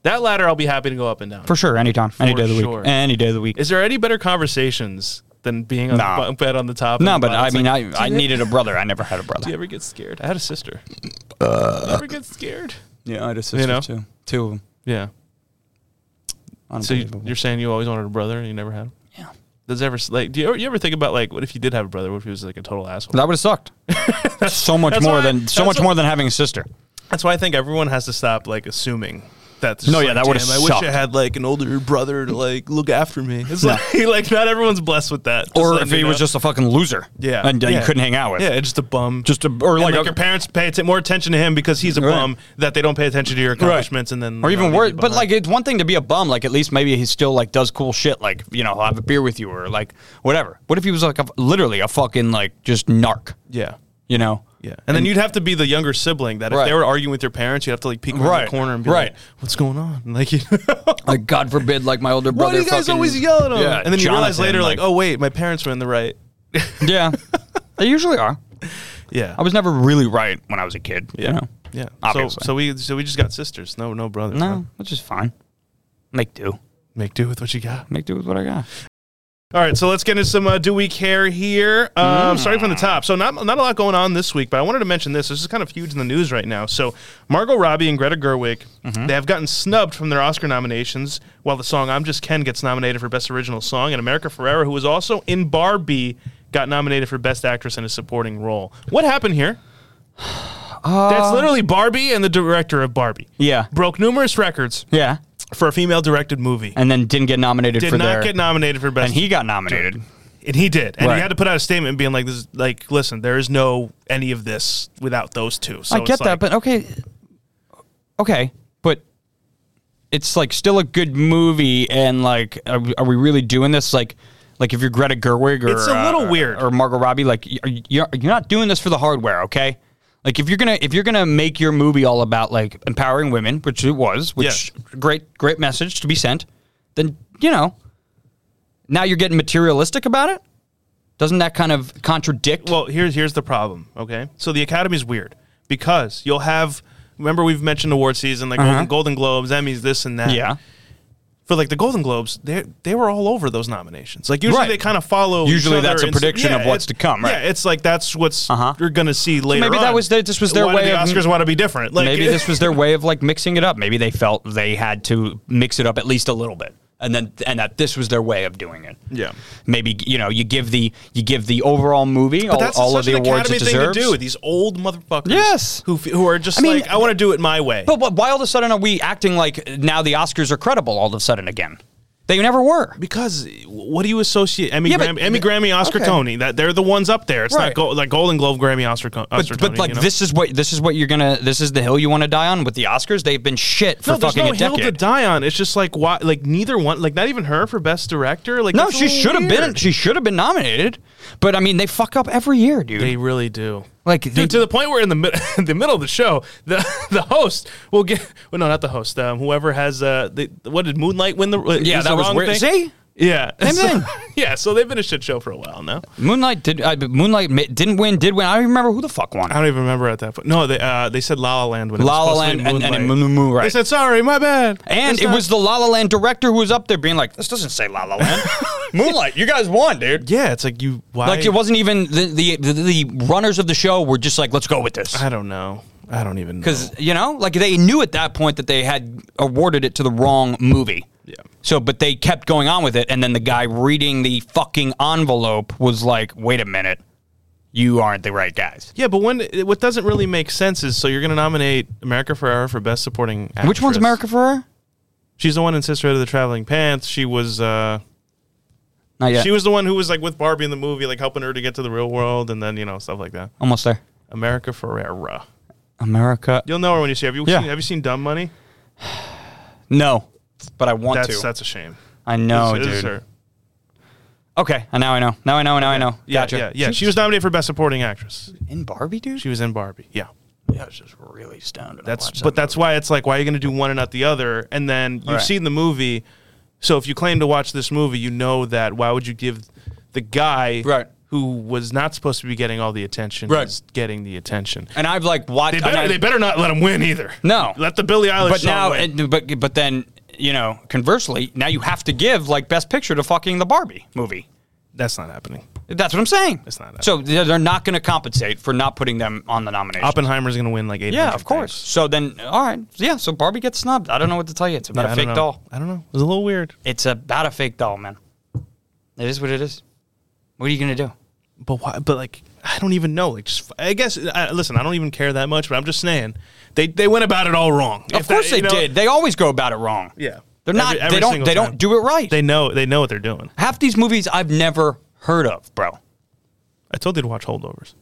C: That ladder, I'll be happy to go up and down.
B: for sure, anytime, any
C: For
B: day of the
C: sure.
B: week, any day of the week.
C: Is there any better conversations than being on
B: Nah.
C: the bunk bed on the top?
B: no,
C: and the
B: but
C: bottom?
B: I
C: It's
B: mean,
C: like,
B: I I needed a brother. I never had a
C: do you
B: brother.
C: ever get scared? I had a sister. Uh, ever get scared?
B: Yeah, I had a sister
C: You know?
B: too. Two of them.
C: Yeah. So you,
B: Unbelievable.
C: you're saying you always wanted a brother and you never had him?
B: Yeah.
C: Does ever like do you ever, you ever think about like what if you did have a brother? What if he was like a total asshole?
B: That would have sucked. so much
C: that's
B: more
C: why-
B: than so
C: that's
B: much
C: why-
B: more than having a sister.
C: That's why I think everyone has to stop like assuming that.
B: No, yeah, that would've
C: I wish
B: sucked.
C: I had like an older brother to like look after me. It's like like not everyone's blessed with that. Just
B: Or
C: letting
B: if he
C: you
B: was
C: know.
B: just a fucking loser.
C: yeah,
B: And uh,
C: yeah.
B: you couldn't hang out with.
C: Yeah, just a bum.
B: Just a, or
C: And,
B: like,
C: like,
B: a-
C: your parents pay atten- more attention to him because he's a
B: Right.
C: bum that they don't pay attention to your accomplishments and then
B: or
C: you know,
B: even
C: leave
B: worse.
C: you
B: But
C: behind.
B: like, it's one thing to be a bum. Like, at least maybe he still like does cool shit. Like, you know, I'll have a beer with you or like whatever. What if he was like a, literally a fucking like just narc?
C: yeah.
B: you know?
C: Yeah, and, then you'd have to be the younger sibling that if
B: Right.
C: they were arguing with your parents, you'd have to like peek around
B: Right,
C: the corner and be
B: right.
C: like, "What's going on?" And, Like, you
B: Like, God forbid, like my older
C: why
B: brother.
C: do you guys
B: fucking-
C: always yell at them?
B: Yeah,
C: and then you realize
B: Jonathan,
C: later, like,
B: like-
C: "Oh wait, my parents were in the right."
B: Yeah. they usually are.
C: Yeah,
B: I was never really right when I was a kid.
C: Yeah,
B: You know?
C: yeah.
B: Obviously.
C: So so we so we just got sisters. No no brothers. huh?
B: No, which is fine. Make do.
C: make do with what you got.
B: Make do with what I got.
C: All right, so let's get into some uh, do we care here.
B: Mm.
C: Um, Starting from the top, so not not a lot going on this week, but I wanted to mention this. This is kind of huge in the news right now. So Margot Robbie and Greta Gerwig
B: Mm-hmm.
C: they have gotten snubbed from their Oscar nominations, while the song "I'm Just Ken" gets nominated for Best Original Song, and America Ferrera, who was also in Barbie, got nominated for Best Actress in a Supporting Role. What happened here? That's literally Barbie and the director of Barbie.
B: Uh, Yeah.
C: broke numerous records
B: Yeah.
C: for a female-directed movie.
B: And then didn't get nominated
C: did
B: for
C: not
B: their.
C: get nominated for best
B: and he got nominated.
C: and he did. And
B: Right.
C: he had to put out a statement being like, "This is like, listen, there is no any of this without those two. So
B: I
C: it's
B: get that,
C: like-
B: but okay, okay, but it's like still a good movie, and like, are, we- are we really doing this? Like, like if you're Greta Gerwig or
C: It's a
B: uh,
C: little weird.
B: or Margot Robbie, like y- are you- you're you're not doing this for the hardware, okay? Like if you're gonna if you're gonna make your movie all about like empowering women, which it was, which great great message to be sent, then you know now you're getting materialistic about it. Doesn't that kind of contradict?
C: well, here's here's the problem. Okay, so the Academy's weird because you'll have. Remember, we've mentioned award season, like Golden, Golden Globes, Emmys, this and that.
B: Uh-huh. yeah.
C: For like the Golden Globes, they they were all over those nominations. Like usually
B: Right.
C: they kind of follow.
B: Usually
C: each other
B: that's a
C: and so-
B: prediction of what's
C: it's-
B: to come, right.
C: Yeah, it's like that's what's
B: Uh-huh.
C: you're gonna see later.
B: maybe that
C: on.
B: was their- this was their
C: Why
B: way
C: do the
B: of-
C: Oscars want to be different. Like
B: maybe this was their way of like mixing it up. Maybe they felt they had to mix it up at least a little bit, and then and that this was their way of doing it.
C: Yeah.
B: Maybe you know you give the you give the overall movie all,
C: that's
B: all
C: such
B: of the
C: an
B: awards
C: Academy
B: it
C: thing to
B: deserves.
C: do. These old motherfuckers,
B: Yes.
C: who f- who are just
B: I mean,
C: like, I want to do it my way.
B: But, but why all of a sudden are we acting like now the Oscars are credible all of a sudden again? They never were.
C: because what do you associate Emmy,
B: Yeah, but-
C: Grammy, Emmy, Grammy, Oscar,
B: okay.
C: Tony? That they're the ones up there. It's
B: Right.
C: not go, like Golden Globe, Grammy, Oscar, Co- Oscar
B: But,
C: Tony.
B: but like
C: you know?
B: this is what this is what you're gonna this is the hill you want to die on with the Oscars. They've been shit for
C: no, there's
B: fucking
C: no
B: a
C: hill
B: decade.
C: to die on. It's just like why, like neither one, like not even her for best director. Like
B: no,
C: that's a
B: she
C: little
B: should have been
C: weird.
B: she should have been nominated. But I mean, they fuck up every year, dude.
C: They really do.
B: Like,
C: Dude,
B: they-
C: to the point where in the mid- the middle of the show, the the host will get well, no, not the host. Um, whoever has uh, the, what did Moonlight win the?
B: yeah,
C: is
B: that
C: the
B: was
C: wrong
B: weird.
C: thing?
B: See.
C: Yeah,
B: Same
C: So-
B: thing.
C: yeah, so they've been a shit show for a while now.
B: Moonlight did. Uh, but Moonlight ma- didn't win. Did win. I don't even remember who the fuck won.
C: I don't even remember at that point. No, they uh, they said La La Land when it
B: La La
C: was supposed to be
B: Land and- and
C: Moonlight.
B: Moon Moon, right.
C: They said sorry, my bad.
B: And
C: It's
B: it
C: not-
B: was the La La Land director who was up there being like, "This doesn't say La La Land." Moonlight, you guys won, dude.
C: yeah, it's like you why
B: Like it wasn't even the, the the the runners of the show were just like, "Let's go with this,"
C: I don't know. I don't even know.
B: because you know, like they knew at that point that they had awarded it to the wrong movie.
C: Yeah.
B: So, but they kept going on with it, and then the guy reading the fucking envelope was like, "Wait a minute, you aren't the right guys."
C: Yeah, but when it- what doesn't really make sense is so you're going to nominate America Ferrera for best supporting actress.
B: Which one's America Ferrera?
C: She's the one in Sisterhood of the Traveling Pants. She was uh
B: Not yet.
C: she was the one who was like with Barbie in the movie like helping her to get to the real world and then, you know, stuff like that.
B: almost there.
C: America Ferrera.
B: America.
C: You'll know her when you see her. Have you
B: Yeah.
C: seen have you seen Dumb Money?
B: No, but I want
C: That's
B: to.
C: that's a shame.
B: I know,
C: It is
B: dude.
C: her.
B: Okay, and now I know. Now I know. Now I know.
C: Yeah,
B: gotcha.
C: yeah, yeah. She was nominated for best supporting actress.
B: in Barbie, dude.
C: She was in Barbie. Yeah.
B: yeah, was just really stoned.
C: That's but that's why it's like why are you going to do one and not the other? And then you've
B: Right.
C: seen the movie, so if you claim to watch this movie, you know that why would you give the guy
B: Right.
C: who was not supposed to be getting all the attention
B: Right.
C: is getting the attention?
B: and I've like watched.
C: They better,
B: and I-
C: they better not let him win either.
B: No.
C: let the Billie Eilish.
B: but
C: song
B: now,
C: win.
B: and, but but then you know, conversely, now you have to give like best picture to fucking the Barbie movie.
C: that's not happening.
B: That's what I'm saying.
C: It's not
B: So they're they're not going to compensate for not putting them on the nomination.
C: Oppenheimer's going to win like eight.
B: yeah, of course. So then, all right, yeah. So Barbie gets snubbed. I don't know what to tell you. It's about
C: I
B: a
C: don't
B: fake
C: know.
B: doll.
C: I don't know. It was a little weird,
B: It's about a fake doll, man. It is what it is. What are you gonna do?
C: but why? But like. I don't even know. Like, just I guess. I, listen, I don't even care that much, but I'm just saying they they went about it all wrong.
B: Of course they did. They always go about it wrong.
C: Yeah.
B: They're not.
C: Every- every
B: they don't.
C: single
B: They
C: time.
B: don't do it right.
C: They know they know what they're doing.
B: Half these movies I've never heard of, bro.
C: I told you to watch Holdovers.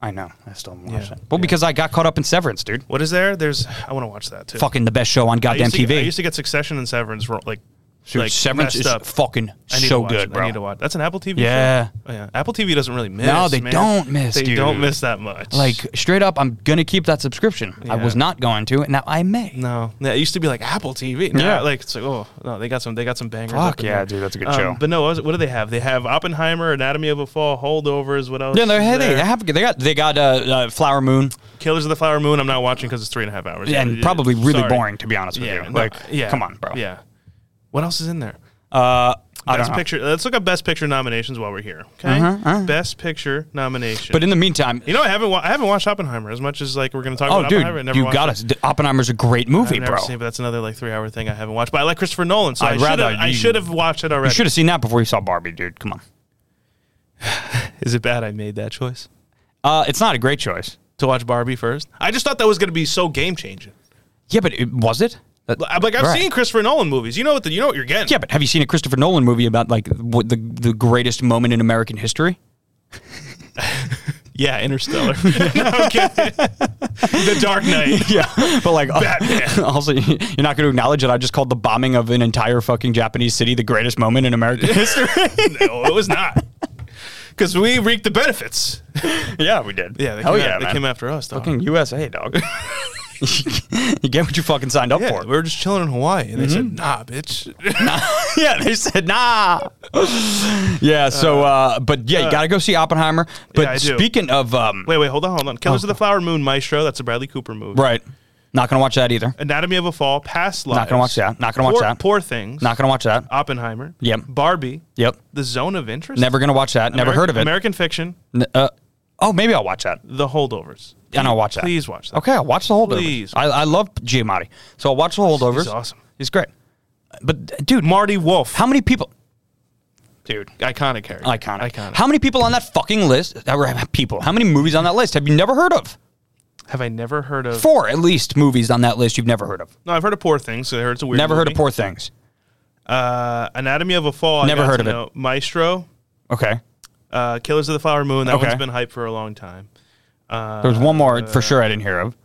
B: I know. I still haven't watched
C: Yeah.
B: it. Well, because I got caught up in Severance, dude.
C: What is there? There's I want to watch that too.
B: Fucking the best show on
C: I
B: goddamn
C: used, to,
B: TV.
C: I used to get Succession and Severance for like
B: Dude,
C: like
B: Severance is
C: messed up.
B: fucking
C: I need
B: so
C: to watch
B: good,
C: it.
B: bro.
C: I need to watch. That's an Apple TV. show?
B: Yeah.
C: Oh, yeah. Apple TV doesn't really miss.
B: No, they
C: man.
B: don't miss,
C: They
B: dude.
C: don't miss that much.
B: Like straight up, I'm gonna keep that subscription. I
C: Yeah.
B: was not going to, and now I may.
C: No, yeah, it used to be like Apple TV. Now,
B: Yeah.
C: like it's like oh no, they got some they got some bangers.
B: Fuck
C: up in
B: yeah,
C: there. Um,
B: dude, that's a good show.
C: But no, what, was, what do they have? They have Oppenheimer, Anatomy of a Fall, Holdovers. What else?
B: Yeah, they're
C: is
B: hey, they
C: there?
B: have they got they got uh, uh, Flower Moon
C: Killers of the Flower Moon. I'm not watching because it's three and a half hours.
B: and
C: Yeah,
B: probably really
C: sorry.
B: boring to be honest with
C: Yeah,
B: you.
C: no,
B: Like,
C: yeah,
B: come on, bro.
C: Yeah. What else is in there?
B: Uh, I
C: Best
B: don't know. Uh-huh,
C: picture. Let's look up best picture nominations while we're here. Okay. Best picture nomination.
B: But in the meantime,
C: you know, I haven't wa- I haven't watched Oppenheimer as much as like we're gonna talk
B: oh
C: about
B: dude,
C: Oppenheimer. I never
B: you
C: watched
B: got
C: it.
B: us. Oppenheimer's a great movie,
C: I've never
B: bro.
C: seen it, but that's another like three hour thing I haven't watched. But I like Christopher Nolan, so
B: I'd
C: I'd I should
B: rather
C: have I
B: you-
C: should have watched it
B: You
C: already.
B: should have seen that before you saw Barbie, dude. Come on.
C: Is it bad I made that choice
B: Uh, it's not a great choice.
C: to watch Barbie first? I just thought that was going to be so game changing.
B: Yeah, but it, was it? That-
C: Like I've
B: Right.
C: seen Christopher Nolan movies. You know what the, you know what you're getting.
B: Yeah, but have you seen a Christopher Nolan movie about like what the the greatest moment in American history?
C: Yeah, Interstellar. okay. the Dark Knight.
B: Yeah, but like
C: Batman.
B: also you're not going to acknowledge that I just called the bombing of an entire fucking Japanese city the greatest moment in American history.
C: No, it was not. Because we reaped the benefits.
B: yeah, we did.
C: Yeah, they came,
B: oh
C: out-
B: yeah,
C: they
B: man.
C: came after us. Dog.
B: fucking USA dog. you get what you fucking signed up
C: yeah,
B: for.
C: we were just chilling in Hawaii, and they said, "Nah, bitch."
B: yeah, they said nah. yeah, so uh, but yeah, you got to go see Oppenheimer. But
C: I do.
B: speaking of um,
C: wait, wait, hold on, hold on. Killers of the Flower Moon, Maestro. That's a Bradley Cooper movie.
B: right, not going to watch that either.
C: Anatomy of a Fall, Past Lives.
B: Not gonna watch that. Not gonna watch
C: Poor-
B: that.
C: Poor Things.
B: Not going to watch that.
C: Oppenheimer.
B: Yep.
C: Barbie.
B: Yep.
C: The Zone of Interest.
B: Never going to watch that. Never
C: American-
B: heard of it.
C: American Fiction.
B: N- uh, oh, maybe I'll watch that.
C: The Holdovers.
B: And I'll watch that.
C: Please watch that.
B: Okay, I'll watch the holdovers.
C: Please.
B: I, I love Giamatti, so I'll watch the holdovers.
C: He's awesome.
B: He's great. But dude,
C: Marty Wolf.
B: how many people? Dude,
C: iconic character.
B: iconic.
C: Iconic.
B: How many people on that fucking list? Or people? How many movies on that list have you never heard of?
C: Have I never heard of?
B: Four at least movies on that list you've never heard of.
C: No, I've heard of Poor Things. So I heard it's a weird.
B: never heard of
C: movie.
B: Poor Things.
C: Uh, Anatomy of a Fall. I
B: Never
C: got
B: heard
C: to
B: of it.
C: know. Maestro.
B: Okay.
C: Uh, Killers of the Flower Moon. That
B: Okay.
C: one's been hyped for a long time.
B: There's one more
C: Uh,
B: for sure I didn't hear of.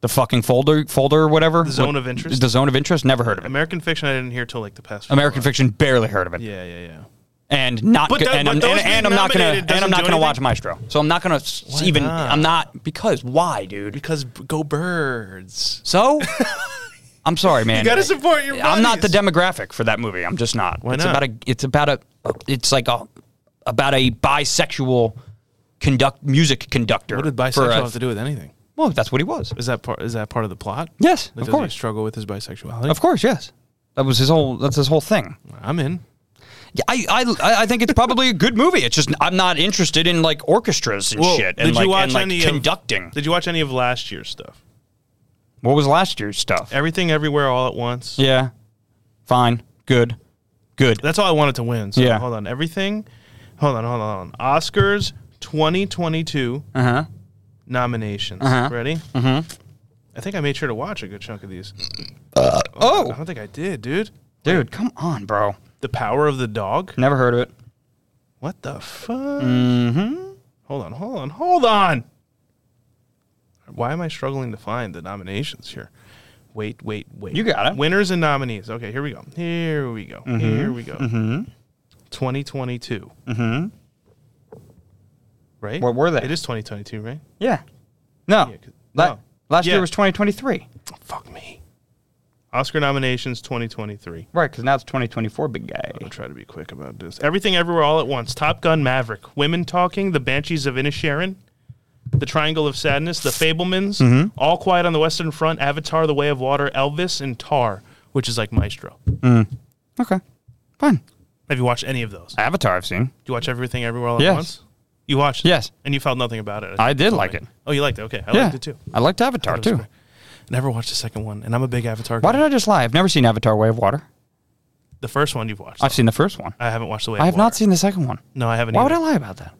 B: The fucking folder, folder, or whatever. The
C: Zone of Interest?
B: The zone of interest. Never heard of it.
C: American Fiction. I didn't hear till like the past. few
B: American
C: months.
B: Fiction. Barely heard of it.
C: Yeah, yeah, yeah.
B: and not
C: But
B: go-
C: tho-
B: and,
C: but
B: I'm,
C: those
B: and, and I'm
C: being
B: not gonna
C: nominated
B: and I'm
C: doesn't
B: not
C: do
B: gonna watch
C: anything?
B: Maestro. So I'm not gonna s- even
C: not?
B: I'm not because why, dude?
C: Because b- go birds.
B: So I'm sorry, man.
C: gotta support your
B: I'm not the
C: buddies.
B: demographic for that movie. I'm just not.
C: Why
B: it's
C: not?
B: about a it's about a it's like a about a bisexual conduct music conductor.
C: What did
B: for
C: bisexual
B: a-
C: have to do with anything?
B: Well, that's what he was.
C: Is that part? Is that part of the plot?
B: Yes,
C: Like,
B: of
C: does he
B: course.
C: struggle with his bisexuality?
B: Of course, yes. That was his whole that's his whole thing.
C: I'm in.
B: Yeah, I I I- I think it's probably a good movie. It's just I'm not interested in like orchestras and
C: Well,
B: shit
C: did
B: and
C: you
B: like,
C: watch
B: and, like,
C: any of-
B: conducting.
C: Did you watch any of last year's stuff?
B: What was last year's stuff?
C: Everything, everywhere, all at once.
B: Yeah. Fine. Good. Good.
C: That's all I wanted to win. So
B: Yeah.
C: hold on. Everything. Hold on. Hold on. Hold on. Oscars 2022
B: Uh huh.
C: nominations.
B: Uh-huh.
C: Ready? Mm-hmm. I think I made sure to watch a good chunk of these. I
B: Oh,
C: don't think I did, dude.
B: dude, come on, bro.
C: The Power of the Dog.
B: Never heard of it.
C: What the fuck? Mm-hmm. Hold on. Hold on. Hold on. Why am I struggling to find the nominations here? Wait, wait, wait.
B: You got it. Mm-hmm.
C: Winners and nominees. Okay, here we go. Here we go. Here we go. 2022. Mm-hmm. Right?
B: What Mm-hmm. were they?
C: It is 2022, right?
B: Yeah. No.
C: Yeah, 'cause-
B: La-
C: no.
B: Last
C: Yeah.
B: year was 2023.
C: Fuck me. Oscar nominations 2023.
B: Right, because now it's 2024, big guy.
C: I'll try to be quick about this. Everything Everywhere All at Once, Top Gun Maverick, Women Talking, The Banshees of Inisherin, The Triangle of Sadness, The Fablemans,
B: Mm-hmm.
C: All Quiet on the Western Front, Avatar, The Way of Water, Elvis, and Tar, which is like Maestro.
B: Okay. Fine.
C: Have you watched any of those? Do
B: Avatar, I've seen.
C: you watch Everything Everywhere All at
B: Yes.
C: Once? You watched it?
B: Yes.
C: And you felt nothing about it?
B: I did like it.
C: Oh, you liked it? Okay. I
B: yeah.
C: liked it too.
B: I liked Avatar,
C: That was
B: too.
C: great. Never watched the second one, and I'm a big Avatar
B: Why
C: guy.
B: did I just lie? I've never seen Avatar Way of Water.
C: the first one you've watched.
B: I've seen the first one.
C: I haven't watched The Way of
B: I have
C: Water.
B: not seen the second one.
C: No, I haven't
B: Why would
C: either.
B: I lie about that?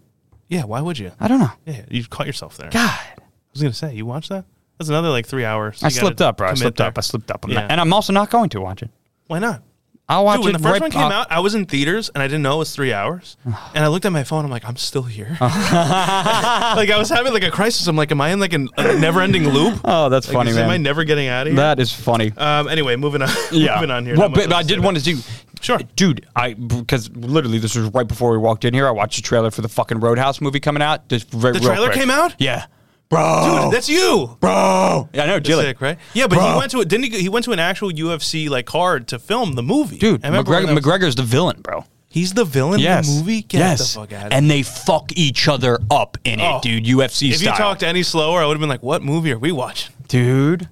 C: Yeah, why would you?
B: I don't know.
C: Yeah, you caught yourself there.
B: God.
C: I was gonna say, you watch that? That's another like three hours.
B: I slipped up, bro. I slipped up. I slipped up. I'm
C: Yeah.
B: not- and I'm also not going to watch it.
C: Why not?
B: I'll watch
C: Dude, when
B: it
C: the first
B: right-
C: one came
B: I'll-
C: out, I was in theaters and I didn't know it was three hours. And I looked at my phone. I'm like, I'm still here. like I was having like a crisis. I'm like, am I in like an, a never-ending loop?
B: Oh, that's
C: Like,
B: funny,
C: is- Am I
B: man.
C: never getting out of here?
B: That is funny.
C: um. Anyway, moving on.
B: yeah.
C: moving on here.
B: Well,
C: Not much
B: but, but I
C: else to
B: did
C: say
B: want to do.
C: Sure.
B: dude. I because literally this was right before we walked in here. I watched the trailer for the fucking Roadhouse movie coming out. Just very,
C: The trailer came out?
B: Yeah, bro.
C: about. Dude, that's you.
B: Oh. bro. Yeah, I know,
C: That's
B: Jilly.
C: sick, right? Yeah, but
B: Bro.
C: he went to it. Didn't he? go- He went to an actual UFC like card to film the movie.
B: Dude,
C: I remember when
B: McGregor,
C: that was-
B: McGregor's the villain, bro.
C: He's the villain
B: Yes.
C: in the movie. Get
B: yes.
C: the fuck out.
B: and they fuck each other up in
C: Oh.
B: it, dude. UFC
C: if
B: style.
C: you talked any slower, I would have been like, "What movie are we watching?"
B: dude.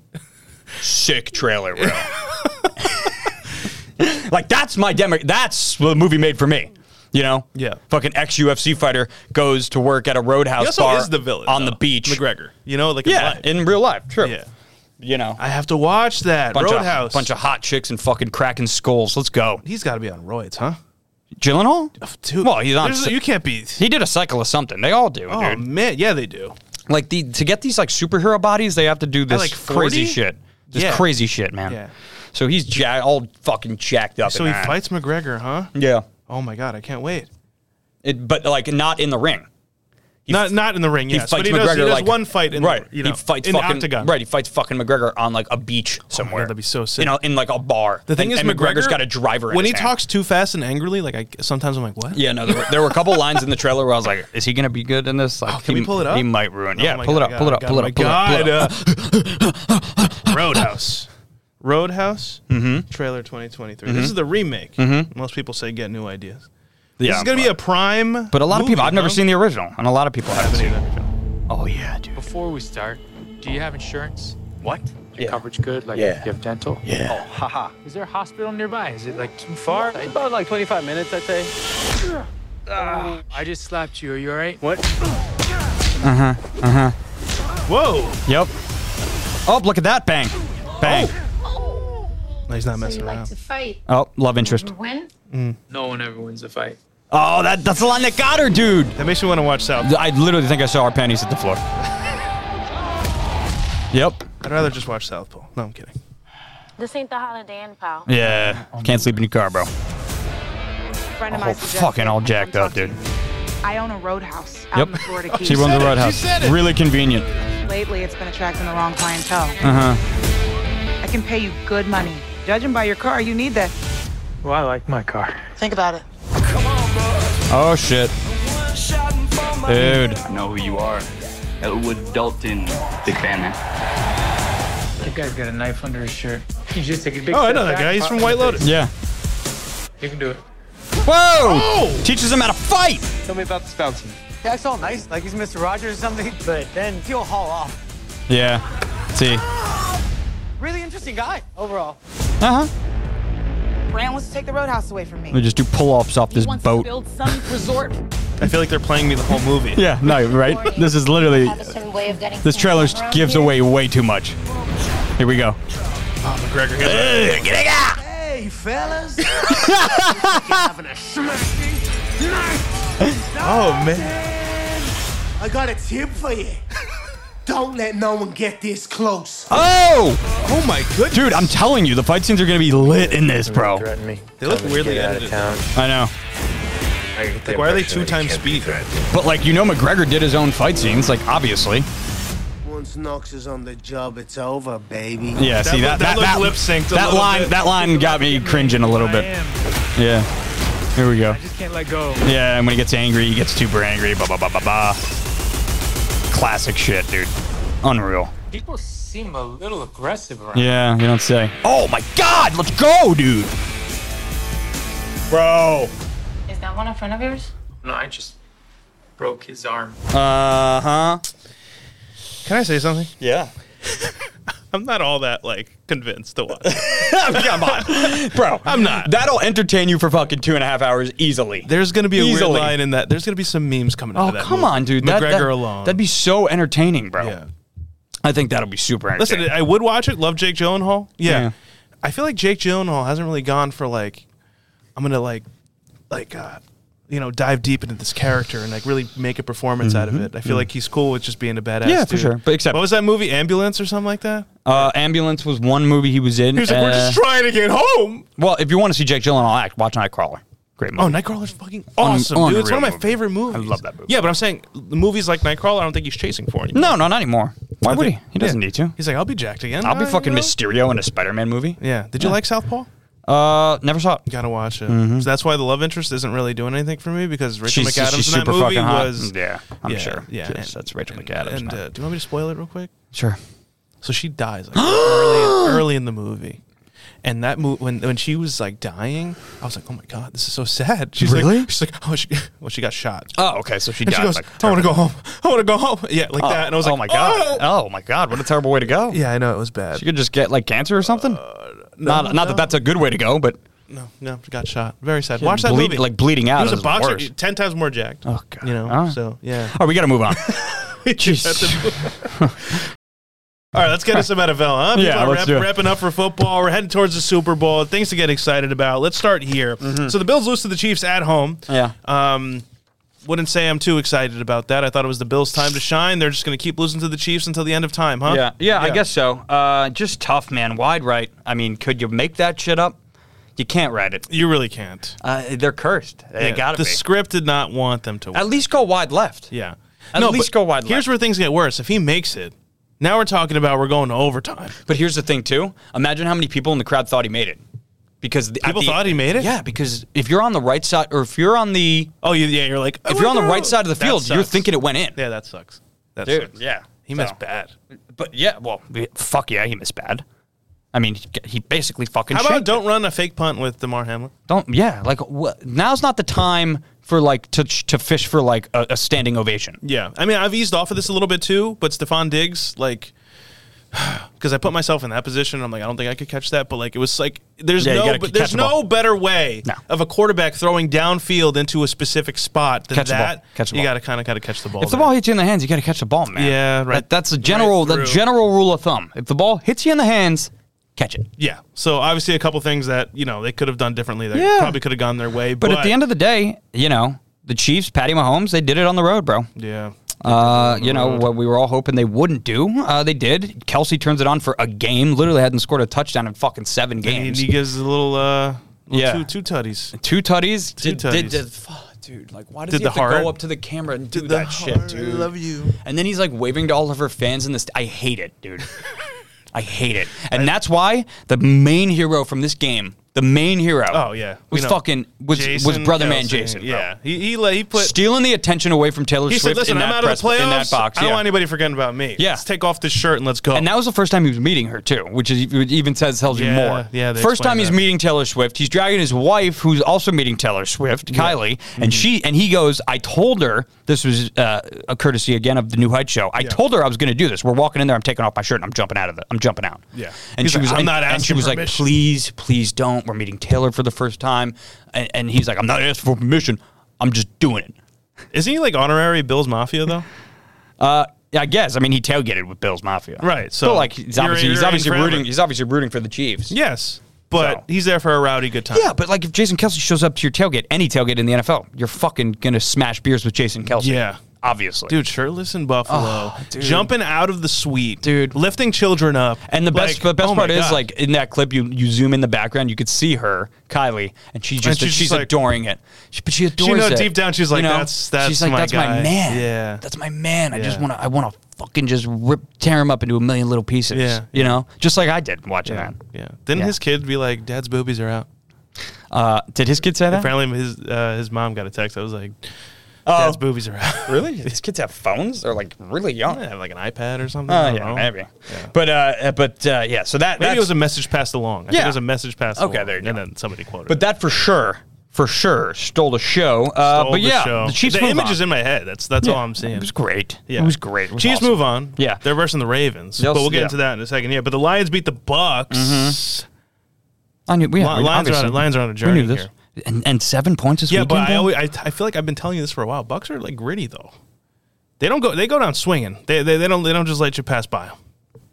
B: Sick trailer, bro. like that's my demo. That's the movie made for me. You know,
C: Yeah.
B: Fucking ex UFC fighter goes to work at a roadhouse
C: He also
B: bar
C: is the villain
B: on
C: though.
B: the beach.
C: McGregor. You know, like in
B: Yeah,
C: life.
B: in real life, true.
C: yeah.
B: You know,
C: I have to watch that
B: bunch
C: Roadhouse.
B: of bunch of hot chicks and fucking cracking skulls. Let's go,
C: He's got to be on roids, huh?
B: Gyllenhaal.
C: Dude,
B: Well, he's on.
C: there's- You can't be.
B: He did a cycle of something. They all do,
C: Oh
B: dude.
C: man, yeah, they do.
B: Like the to get these like superhero bodies, they have to do this
C: like, 40?
B: crazy shit. This
C: Yeah.
B: crazy shit, man.
C: Yeah.
B: So he's ja- all fucking jacked up.
C: So
B: in
C: he
B: that.
C: fights McGregor, huh?
B: Yeah.
C: Oh my god, I can't wait.
B: It, but like not in the ring. He
C: Not
B: f-
C: not in the ring,
B: he
C: yes.
B: fights
C: but he
B: McGregor
C: does, he does
B: like
C: one fight in
B: right.
C: the, you know,
B: he fights
C: in
B: fucking
C: the octagon. Oh,
B: right. He fights fucking McGregor on like a beach somewhere.
C: that'd be so sick.
B: You know, in like a bar.
C: The thing
B: and,
C: is,
B: and
C: McGregor,
B: McGregor's got a driver. in
C: When
B: his
C: he
B: hand.
C: talks too fast and angrily, like I sometimes I'm like, what?
B: Yeah, no, there were, there were a couple lines in the trailer where I was like, "Is he gonna be good in this? Like,
C: Oh, can
B: he,
C: we pull it up?
B: He might ruin.
C: Oh
B: yeah,
C: my
B: pull,
C: God,
B: it up, pull it
C: God,
B: up, pull it up,
C: God,
B: pull it up, pull it up.
C: God, uh, Roadhouse. Roadhouse. Mm-hmm. Trailer 2023. This is the remake. Most people say get new ideas.
B: Yeah,
C: this is gonna be a prime.
B: But a lot of people, I've never seen the original, and a lot of people haven't seen it. Oh yeah, dude.
F: Before we start, do you have insurance?
D: What?
F: Your coverage good? Like, you have dental? Yeah. Oh, haha. Is there a hospital nearby? Is it like too far?
D: About like 25 minutes, I'd say.
F: Ah. I just slapped you. Are you all right?
D: What?
C: Whoa!
B: Yep. Oh, look at that bang, bang.
C: No, he's not
G: So
C: messing
G: you like
C: around.
G: to fight
B: Oh, love interest.
G: when?
F: No one ever wins a fight.
B: Oh, that that's the line that got her, dude.
C: That makes me want to watch South.
B: I literally think I saw our panties hit the floor. Yep.
C: I'd rather just watch Southpaw. No, I'm kidding.
H: This ain't the Holiday Inn, pal.
B: Yeah. Can't sleep in your car, bro.
I: friend of
B: Oh,
I: mine suggested
B: fucking all
I: I come
B: jacked up,
I: talk to
B: dude.
I: you. I own a roadhouse out in the
B: Yep.
I: Florida Keys.
B: She runs the roadhouse.
C: said it.
B: Really convenient.
I: Lately, it's been attracting the wrong clientele.
B: Uh huh.
I: I can pay you good money. Judging by your car, you need that.
F: Well, I like my car.
I: Think about it.
B: Oh shit. Dude.
J: know who you are. Elwood Dalton, big fan, man.
F: That guy's got a knife under his shirt. You just take a big
C: Oh, I
F: step
C: know that
F: back,
C: guy. He's
F: pop
C: from
F: him
C: White
F: in the
C: Lotus.
B: Yeah.
F: face. You can do it.
B: Whoa! Teaches him how to fight.
F: Tell me about this bouncing. Yeah, it's all nice. Like he's Mr. Rogers or something, but then he'll haul off.
B: Yeah. See.
F: Really interesting guy overall.
B: Uh huh.
I: Brand wants to take the roadhouse away from me.
B: We just do pull offs off this boat.
I: some resort.
C: I feel like they're playing me the whole movie.
B: Yeah. No. Right. This is literally.
G: Have a certain way of getting.
B: This
G: things
B: trailer
G: done around
B: gives
G: here?
B: away way too much. Here we go.
C: McGregor. he's like,
J: Hey, fellas.
C: Oh man.
J: I got a tip for you. Don't let no one get this close.
B: Oh,
C: Oh my goodness.
B: dude! I'm telling you, the fight scenes are gonna be lit in this, bro.
D: Threaten me.
C: They look
D: Tell me to
C: weirdly
D: get out
C: edited.
D: of town.
B: I know.
D: I get the
C: Like, why are they
D: impression
C: two
D: that he
C: times
D: can't be
C: speed?
D: threatened.
B: But like, you know, McGregor did his own fight scenes, like obviously.
J: Once Knox is on the job, it's over, baby.
B: Yeah, see that
C: look- that
B: that,
C: look
B: that,
C: lip-synced a
B: that
C: little
B: line
C: bit.
B: that line got me cringing a little
F: I
B: bit.
F: am.
B: Yeah. Here we go.
F: I just can't let go.
B: Yeah, and when he gets angry, he gets super angry. Ba ba ba ba ba. Classic shit, dude. Unreal.
F: People seem a little aggressive around.
B: Yeah, you don't say. Oh my God, let's go, dude. Bro.
G: Is that one in front of yours?
F: No, I just broke his arm.
B: Uh huh.
C: Can I say something?
B: Yeah.
C: I'm not all that like convinced to watch.
B: Come on, bro.
C: I'm not.
B: That'll entertain you for fucking two and a half hours easily.
C: There's gonna be a
B: Easily.
C: weird line in that. There's gonna be some memes coming. out
B: Oh
C: of that
B: come
C: movie.
B: on, dude! That-
C: McGregor
B: that,
C: alone.
B: That'd be so entertaining, bro.
C: Yeah.
B: I think that'll be super
C: Listen,
B: entertaining.
C: I would watch it. Love Jake Gyllenhaal. Yeah.
B: Yeah.
C: I feel like Jake Gyllenhaal hasn't really gone for like. I'm gonna like, like, uh, you know, dive deep into this character and like really make a performance out of it. I feel like he's cool with just being a badass.
B: Mm-hmm. Yeah, for
C: dude.
B: sure. But except-
C: what was that movie, Ambulance or something like that?
B: Uh, Ambulance was one movie he was in.
C: He was like,
B: uh,
C: "We're just trying to get home."
B: well, if you want to see Jake Gyllenhaal act, watch Nightcrawler. Great
C: Oh,
B: movie.
C: Nightcrawler's fucking awesome, dude. It's one of my
B: unreal movie.
C: favorite movies.
B: I love that movie.
C: Yeah, but I'm saying the movies like Nightcrawler, I don't think he's chasing for anymore.
B: no, no, not anymore. Why would he? He doesn't
C: Yeah.
B: need to.
C: He's like, I'll be jacked again.
B: I'll be
C: Uh, you
B: fucking
C: know?
B: Mysterio in a Spider-Man movie.
C: Yeah. Did you like Southpaw?
B: Uh, never saw it.
C: Gotta watch it. So that's why the love interest isn't really doing anything for me because Rachel
B: Mm-hmm. She's,
C: McAdams
B: she's
C: in that
B: super
C: movie
B: fucking hot.
C: was.
B: yeah, I'm
C: Yeah,
B: sure.
C: Yeah,
B: Yes,
C: and-
B: that's Rachel
C: and-
B: McAdams.
C: And
B: man.
C: uh, do you want me to spoil it real quick?
B: sure.
C: So she dies like, early, early in the movie. And that mo- when when she was like dying, I was like, "Oh my god, this is so sad." She's
B: Really?
C: like, "She's like, oh, she, well, she got shot."
B: Oh, okay. So she
C: And
B: died.
C: she goes,
B: like,
C: "I want to go home. I want to go home." Yeah, like that. And I was
B: oh
C: like, "Uh."
B: my god! Oh. my god! What a terrible way to go.
C: Yeah, Uh, I know it was bad.
B: She could just get like cancer or something. not not that that's a good way to go, but
C: no, no, she got shot. Very sad. Watch that
B: bleed-
C: movie.
B: like bleeding out
C: He was
B: is
C: a boxer,
B: worse.
C: ten times more jacked.
B: Oh, God.
C: You know,
B: All right.
C: so yeah.
B: oh, we got to move on. Jeez.
C: All right, let's get us some NFL, huh?
B: Yeah,
C: People are
B: let's do it.
C: Wrapping up for football, we're heading towards the Super Bowl. Things to get excited about. Let's start here. So the Bills lose to the Chiefs at home.
B: Mm-hmm. Yeah.
C: Um, wouldn't say I'm too excited about that. I thought it was the Bills' time to shine. They're just going to keep losing to the Chiefs until the end of time, huh?
B: Yeah, yeah, I guess so. Uh, just tough, man. Wide right. I mean, could you make that shit up? You can't write it.
C: you really can't.
B: Uh, they're cursed. They
C: Yeah,
B: got to
C: the
B: be.
C: script did not want them to. win.
B: At least go wide left.
C: yeah.
B: at least
C: but
B: go wide
C: Here's
B: left.
C: where things get worse. If he makes it, now we're talking about we're going to overtime.
B: But here's the thing, too. Imagine how many people in the crowd thought he made it. Because the, at
C: People
B: the-
C: thought he made it?
B: Yeah, because if you're on the right side, or if you're on the
C: Oh, you- yeah. You're like,
B: if you're on the right side of the
C: That
B: field, you're
C: sucks.
B: thinking it went in.
C: Yeah, that sucks. That
B: Dude,
C: sucks.
B: yeah.
C: He
B: So-
C: missed bad.
B: But yeah, well, fuck yeah, he missed bad. I mean, he- he basically fucking.
C: How about
B: shanked it.
C: don't run a fake punt with Demar Hamlin?
B: Don't yeah, like wha- now's not the time for like to to fish for like a, a standing ovation.
C: Yeah, I mean I've eased off of this a little bit too, but Stephon Diggs, like, because I put myself in that position, I'm like I don't think I could catch that, but like it was like there's
B: Yeah, you
C: no
B: gotta
C: but
B: catch
C: there's
B: the
C: no
B: ball.
C: better way
B: No.
C: of a quarterback throwing downfield into a specific spot than
B: Catch the ball.
C: that.
B: Catch the
C: you
B: ball.
C: gotta kind of gotta catch the ball.
B: If the
C: there.
B: ball hits you in the hands, you got to catch the ball, man.
C: Yeah, right-
B: That, that's the
C: right
B: general
C: through.
B: the general rule of thumb. If the ball hits you in the hands, catch it.
C: yeah. So obviously a couple things that you know they could have done differently that
B: Yeah.
C: probably could have gone their way,
B: But, at the end of the day, you know, the Chiefs, Patty Mahomes, they did it on the road, bro.
C: yeah,
B: Uh, you know what we were all hoping they wouldn't do. Uh, they did. Kelsey turns it on for a game. Literally hadn't scored a touchdown in fucking seven
C: and
B: games.
C: he gives a little uh, little
B: Yeah.
C: two two tutties.
B: Two tutties.
C: Two
B: did, did-
C: tutties.
B: did- fuck, dude, like why does
C: Did
B: he
C: the
B: have to
C: heart.
B: go up to the camera and do
C: Did the
B: that
C: heart.
B: shit, dude?
C: I love you.
B: And then he's like waving to all of her fans in this. I hate it, dude. I hate it, and that's why the main hero from this game, the main hero,
C: Oh yeah, We
B: was
C: know.
B: fucking was was
C: Jason
B: brother man
C: Kelce.
B: Jason, bro.
C: Yeah, he he, like, he put
B: stealing the attention away from Taylor
C: He
B: Swift
C: said, "Listen,
B: in,
C: I'm
B: that
C: out of
B: press-
C: the playoffs.
B: in that box."
C: I don't
B: yeah.
C: want anybody forgetting about me.
B: Yeah.
C: let's take off this shirt and let's go."
B: And that was the first time he was meeting her too, which is which even says tells you
C: Yeah,
B: more.
C: yeah, they
B: First
C: explained
B: time he's
C: that.
B: meeting Taylor Swift, he's dragging his wife, who's also meeting Taylor Swift, Kylie,
C: Mm-hmm.
B: and she and he goes, "I told her this was uh, a courtesy again of the New Heights show. I told her I was going to do this. We're walking in there. I'm taking off my shirt. and I'm jumping out of it. I'm jumping out.
C: Yeah.
B: And
C: He's
B: she
C: like,
B: was.
C: "I'm
B: and,
C: not
B: and she
C: asking
B: was like,
C: permission."
B: "Please, please don't. We're meeting Taylor for the first time." And, and he's like, "I'm not asking for permission. I'm just doing it."
C: Isn't he like honorary Bills Mafia though?
B: I guess. I mean, he tailgated with Bills Mafia,
C: Right, so
B: So like, he's
C: you're-
B: obviously he's
C: you're in
B: obviously
C: forever.
B: rooting. He's obviously rooting for the Chiefs.
C: yes, but
B: So.
C: he's there for a rowdy good time.
B: Yeah, but like if Jason Kelsey shows up to your tailgate, any tailgate in the NFL, you're fucking gonna smash beers with Jason Kelsey.
C: Yeah.
B: obviously,
C: dude, shirtless in Buffalo,
B: Oh, dude.
C: jumping out of the suite,
B: Dude.
C: lifting children up.
B: And the best,
C: Like,
B: the best
C: oh my
B: part is
C: God.
B: like in that clip, you you zoom in the background, you could see her, Kylie, and she just
C: she's
B: she's,
C: just like-
B: adoring it. She, but she adores
C: She know
B: it.
C: deep down she's like, "That's- that's
B: she's like
C: my
B: that's
C: guy."
B: my man.
C: Yeah.
B: that's my man. I just
C: Yeah.
B: want to I want to fucking just rip tear him up into a million little pieces.
C: Yeah.
B: you know, just like I did watching
C: yeah,
B: that.
C: yeah. Didn't
B: Yeah.
C: his kid be like, "Dad's boobies are out"?
B: Uh, did his kid say that?
C: Apparently, his uh, his mom got a text. I was like, "Dad's boobies are out."
B: Oh. Really? These kids have phones? They're like really young.
C: Have like an iPad or something.
B: Oh
C: I don't
B: yeah,
C: know.
B: maybe.
C: Yeah.
B: But uh, but uh, yeah. So that
C: Maybe
B: that's-
C: it was a message passed along. I think
B: Yeah.
C: it was a message passed.
B: Okay,
C: along,
B: there you
C: And
B: go.
C: then somebody quoted.
B: but
C: it.
B: that for sure, for sure stole the show. Uh,
C: Stole
B: but yeah,
C: show.
B: the Chiefs.
C: The
B: move
C: image
B: on.
C: is in my head. That's that's all I'm seeing.
B: It was great.
C: Yeah.
B: It was great. It was
C: Chiefs
B: awesome.
C: move on.
B: Yeah.
C: They're versing the Ravens.
B: They'll-
C: but we'll get
B: yeah. Mm-hmm.
C: into that in a second. Yeah. But the Lions beat the Bucks.
B: I knew, yeah,
C: Li- Lions are on-
B: obviously.
C: Lions are on a journey
B: We knew this. And, and seven points this
C: Yeah,
B: weekend.
C: but I
B: bro?
C: always I, I feel like I've been telling you this for a while. Bucks are like gritty though. They don't go they go down swinging. They they, they don't they don't just let you pass by. 'em.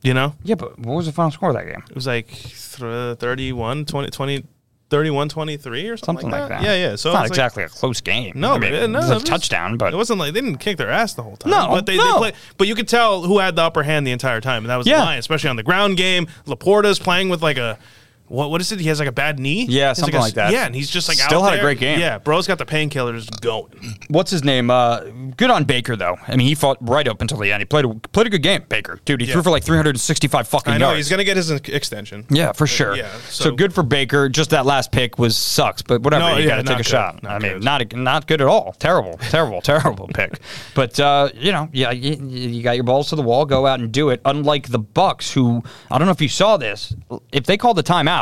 C: You know?
B: yeah, but what was the final score of that game?
C: It was like th- 31 20 20 31-23 or something,
B: something like that.
C: Yeah, yeah. So
B: it's not
C: it's like-
B: exactly a close game.
C: No,
B: I mean,
C: but, uh, no,
B: it was a
C: it was-
B: touchdown, but
C: it wasn't like they didn't kick their ass the whole time.
B: No,
C: but they,
B: no.
C: they play, but you could tell who had the upper hand the entire time, and that was
B: Yeah.
C: the Lions, especially on the ground game. Laporta's playing with like a what what is it? He has like a bad knee.
B: Yeah,
C: He's
B: something
C: a-
B: like that.
C: Yeah, and he's just like
B: Still
C: out
B: had a
C: there.
B: great game.
C: Yeah, bro's got the painkillers going.
B: what's his name? Uh, good on Baker though. I mean, he fought right up until the end. He played a, played a good game, Baker. Dude, he
C: Yeah.
B: threw for like 365 fucking
C: I know
B: yards.
C: he's gonna get his ex- extension.
B: yeah, for sure.
C: Uh, yeah,
B: so,
C: so-
B: good for Baker. Just that last pick was sucks, but whatever.
C: No,
B: you
C: yeah,
B: got to take
C: not
B: a
C: good.
B: shot.
C: Not
B: I mean,
C: good.
B: not not good at all. Terrible, terrible, terrible pick. But uh, you know, yeah, you, you got your balls to the wall. Go out and do it. Unlike the Bucks, who I don't know if you saw this, if they called the timeout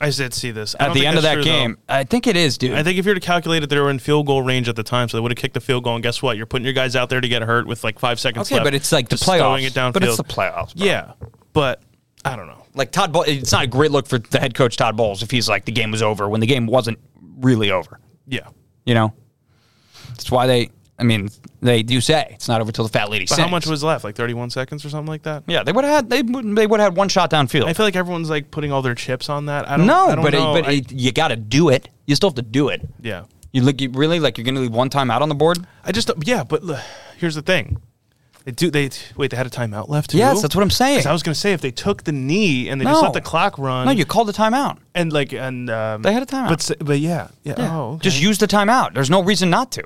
C: I did see this I
B: at
C: don't
B: the
C: think
B: end of
C: that's
B: that
C: true, though.
B: game, I think it is, dude.
C: I think if you were to calculate it, they were in field goal range at the time, so they would have kicked the field goal. And guess what? You're putting your guys out there to get hurt with like five seconds
B: Okay,
C: left.
B: but it's like the
C: just throwing
B: playoffs.
C: it downfield.
B: But it's the playoffs, bro.
C: Yeah, but I don't know.
B: like Todd Bowles, it's not a great look for the head coach Todd Bowles if he's like the game was over when the game wasn't really over.
C: Yeah.
B: You know, that's why they. I mean, they do say it's not over till the fat lady
C: But
B: sings.
C: how much was left? Like 31 seconds or something like that?
B: Yeah, they would have had. They would. They would have had one shot downfield.
C: I feel like everyone's like putting all their chips on that. I don't,
B: no,
C: I don't
B: but it,
C: know.
B: but
C: I-
B: it, you got to do it. You still have to do it.
C: yeah,
B: You look. You really like you're going to leave one time out on the board.
C: I just yeah. But l- here's the thing. They do they wait? They had a timeout left. Too?
B: Yes, that's what I'm saying.
C: 'Cause I was gonna say if they took the knee and they just
B: No.
C: let the clock run.
B: No, you called the timeout.
C: and like and um,
B: They had a timeout.
C: But s- but yeah yeah. Oh, okay.
B: Just use the timeout. There's no reason not to.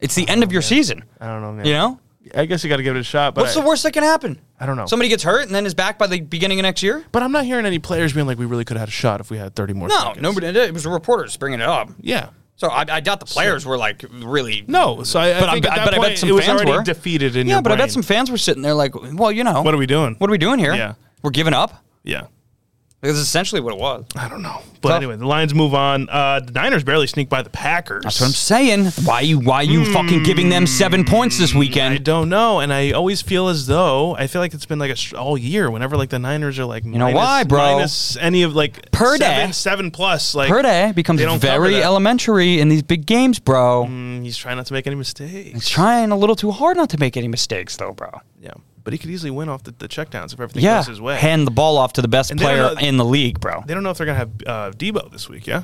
B: It's the end of your season.
C: I don't know. Man.
B: You know.
C: I guess you got to give it a shot. But
B: What's
C: I-
B: the worst that can happen?
C: I don't know.
B: Somebody gets hurt and then is back by the beginning of next year.
C: But I'm not hearing any players being like, we really could have had a shot if we had 30 more.
B: No,
C: seconds.
B: nobody. It was reporters bringing it up.
C: Yeah.
B: So I, I doubt the players were like really.
C: No, so I- I
B: but
C: think
B: I,
C: at that
B: but I bet
C: point,
B: some
C: it was
B: fans
C: already
B: were
C: defeated in
B: Yeah,
C: your
B: but I
C: brain.
B: bet some fans were sitting there like, well, you know,
C: What are we doing?
B: What are we doing here?
C: Yeah.
B: we're giving up.
C: Yeah.
B: Because it's essentially what it was.
C: I don't know. But
B: Tough.
C: anyway, the Lions move on. Uh, the Niners barely sneak by the Packers.
B: That's what I'm saying. Why you? Why you fucking giving them seven points this
C: Mm, I
B: weekend?
C: don't know, and I always feel as though I feel like it's been like a str- all year. Whenever like the Niners are like, you
B: know why, bro?
C: Minus any of like
B: Per
C: seven,
B: day.
C: seven plus like
B: Per day becomes
C: they don't cover
B: very
C: that.
B: elementary in these big games, bro.
C: Mm, He's trying not to make any mistakes.
B: He's trying a little too hard not to make any mistakes, though, bro.
C: Yeah, but he could easily win off the, the checkdowns if everything
B: Yeah,
C: goes his way.
B: hand the ball off to the best
C: And they don't
B: player
C: know-
B: in the league, bro.
C: they don't know if they're gonna have uh, Debo this week. Yeah.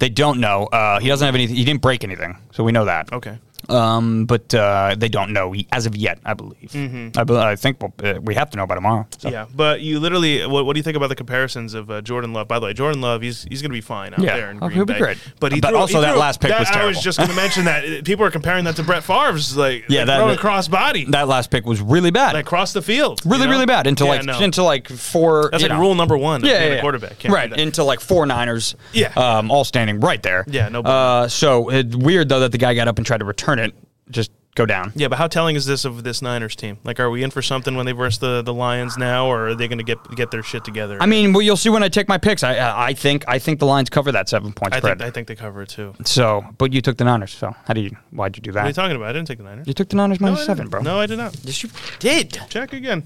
B: They don't know. Uh, he doesn't have anything. He didn't break anything, so we know that.
C: Okay.
B: Um, but uh, they don't know y- as of yet. I believe. I, bel I think we'll, uh, we have to know by tomorrow. so.
C: Mm-hmm. Yeah, but you literally, what, what do you think about the comparisons of uh, Jordan Love? By the way, Jordan Love, he's he's going to be fine out
B: Yeah.
C: there in
B: Oh,
C: Green
B: he'll be
C: Bay.
B: great.
C: But, he
B: But
C: threw-
B: also
C: he
B: that
C: threw-
B: last pick
C: that-
B: was
C: I was
B: terrible.
C: just going to mention that Uh, people are comparing that to Brett Favre's like,
B: Yeah,
C: like
B: that-
C: throwing
B: that-
C: cross body,
B: That last pick was really bad.
C: like cross the field, you
B: really,
C: know?
B: really bad. Into
C: Yeah,
B: like
C: no.
B: into like four.
C: That's
B: you
C: like
B: know.
C: rule number one. of
B: Yeah,
C: being
B: yeah,
C: a
B: yeah.
C: quarterback. Can't do
B: right
C: that.
B: into like four Niners.
C: Yeah.
B: um, all standing right there.
C: Yeah, no
B: Uh, so it, weird though that the guy got up and tried to return it. Just go down.
C: Yeah, but how telling is this of this Niners team? Like, are we in for something when they verse the, the Lions now, or are they going to get get their shit together?
B: I mean, well, you'll see when I take my picks. I, I I think I think the lines cover that seven point
C: I
B: spread.
C: think I think they cover it too. What
B: so, but you took the Niners. So how do you? Why'd you do
C: are you
B: that?
C: talking about? I didn't take the Niners.
B: You took the Niners
C: No, I
B: minus
C: didn't.
B: seven, bro.
C: No, I did not.
B: Yes, you did.
C: Check again.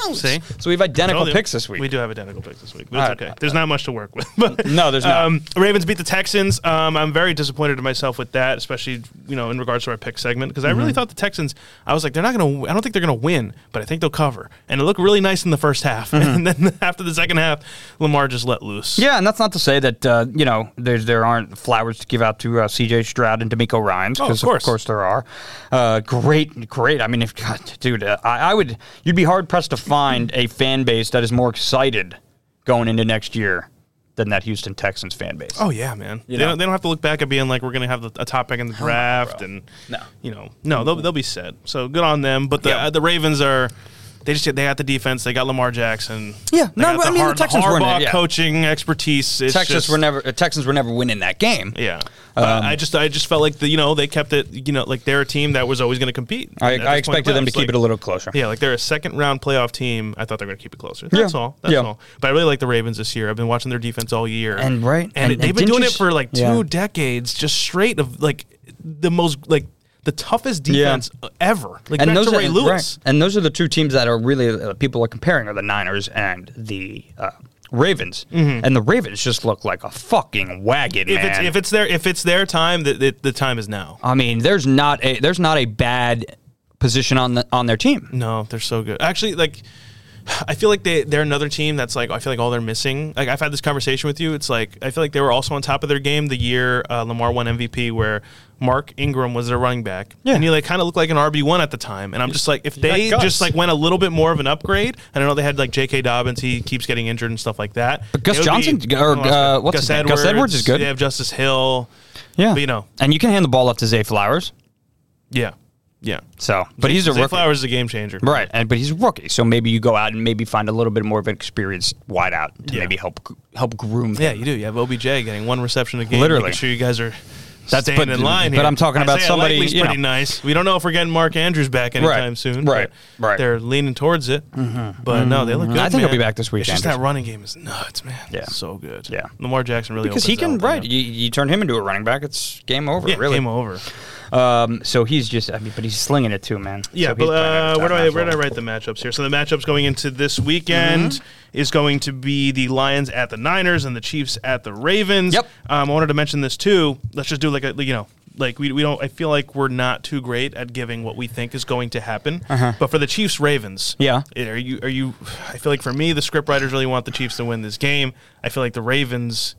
B: Oh.
C: See?
B: So we have identical
C: Told you.
B: picks this week.
C: We do have identical picks this week, but
B: All
C: it's
B: right.
C: okay. There's not much to work with. But,
B: No, there's not.
C: Um, Ravens beat the Texans. Um, I'm very disappointed in myself with that, especially you know in regards to our pick segment because
B: Mm-hmm.
C: I really thought the Texans. I was like, they're not gonna. I don't think they're gonna win, but I think they'll cover. And it looked really nice in the first half,
B: Mm-hmm.
C: and then after the second half, Lamar just let loose.
B: Yeah, and that's not to say that uh, you know there's there aren't flowers to give out to uh, C.J. Stroud and D'Amico Ryan's.
C: Oh, of
B: 'cause
C: course.
B: there are. Uh, great, great. I mean, if God, dude, uh, I, I would you'd be hard pressed to find a fan base that is more excited going into next year than that Houston Texans fan base.
C: Oh yeah, man. They,
B: know?
C: don't, they don't have to look back at being like we're gonna have the, a top pick in the draft, and
B: No.
C: you know, no, they'll, they'll be set. So good on them. But the
B: Yeah.
C: uh, the Ravens are. They just they got the defense. They got Lamar Jackson.
B: Yeah,
C: They
B: no,
C: got
B: but I mean, the Texans
C: Harbaugh
B: weren't in it, yeah.
C: coaching expertise. It's
B: Texans
C: just,
B: were um, never uh, Texans were never winning that game.
C: Yeah, But I just I just felt like the, you know they kept it. You know, like they're a team that was always going to compete.
B: I,
C: at this
B: I
C: point
B: expected them to
C: playoffs.
B: keep
C: Like,
B: it a little closer.
C: Yeah, like they're a second round playoff team. I thought they were going to keep it closer. That's
B: Yeah.
C: all. That's
B: Yeah.
C: all. But I really like the Ravens this year. I've been watching their defense all year.
B: And right- and-
C: and,
B: and
C: they've been
B: didn't
C: doing
B: you
C: it for
B: s-
C: like two
B: yeah.
C: decades, just straight of like the most like the toughest defense uh, ever. Like back to Ray
B: and-
C: Lewis.
B: right. and those are the two teams that are really uh, people are comparing are the Niners and the uh, Ravens, and the Ravens just look like a fucking wagon,
C: Mm-hmm. If
B: man.
C: it's if it's their if it's their time, the, the, the time is now.
B: I mean, there's not a there's not a bad position on the on their team.
C: No, they're so good. Actually, like I feel like they they're another team that's like I feel like all they're missing. Like I've had this conversation with you. It's like I feel like they were also on top of their game the year uh, Lamar won MVP, where Mark Ingram was their running back,
B: Yeah.
C: and he like kind of looked like an RB one at the time. And I'm just like, if they
B: got guts.
C: just like went a little bit more of an upgrade, and I know they had like J.K. Dobbins, he keeps getting injured and stuff like that.
B: But Gus
C: It would Oh,
B: Johnson, or, uh, what's his name? Gus Edwards is good.
C: They have Justice Hill.
B: Yeah,
C: But, you know.
B: and you can hand the ball off to Zay Flowers.
C: Yeah, yeah.
B: So, but he's a
C: Zay
B: rookie,
C: Flowers is a game changer.
B: right? And but he's a rookie, so maybe you go out and maybe find a little bit more of an experienced wideout to
C: Yeah.
B: maybe help help groom.
C: Yeah,
B: him.
C: you do. You have OBJ getting one reception a game.
B: Literally.
C: making sure you guys are
B: That's-
C: staying
B: but-
C: in line.
B: but
C: here.
B: I'm talking about
C: Isaiah
B: somebody,
C: Likely's
B: you
C: pretty
B: know.
C: nice. We don't know if we're getting Mark Andrews back anytime soon. but
B: right, right. Mm-hmm.
C: They're leaning towards it. But no, they look good.
B: I think he'll
C: man.
B: be back this
C: It's
B: weekend.
C: just that running game is nuts, man.
B: Yeah.
C: so good.
B: Yeah.
C: Lamar Jackson really
B: because he
C: opens
B: can
C: that up,
B: right. You, you turn him into a running back, it's game over.
C: Yeah,
B: really,
C: game over.
B: Um, so he's just, I mean, but he's slinging it too, man.
C: Yeah,
B: So he's
C: but
B: playing out
C: uh,
B: of
C: where do
B: time
C: I
B: as
C: where
B: well.
C: did I write the matchups here? So the matchups going into this weekend
B: Mm-hmm.
C: is going to be the Lions at the Niners and the Chiefs at the Ravens.
B: Yep.
C: Um, I wanted to mention this too. Let's just do like a you know like we, we don't I feel like we're not too great at giving what we think is going to happen. But for the Chiefs Ravens,
B: Uh-huh. Yeah.
C: it- are you are you? I feel like for me the script writers really want the Chiefs to win this game. I feel like the Ravens.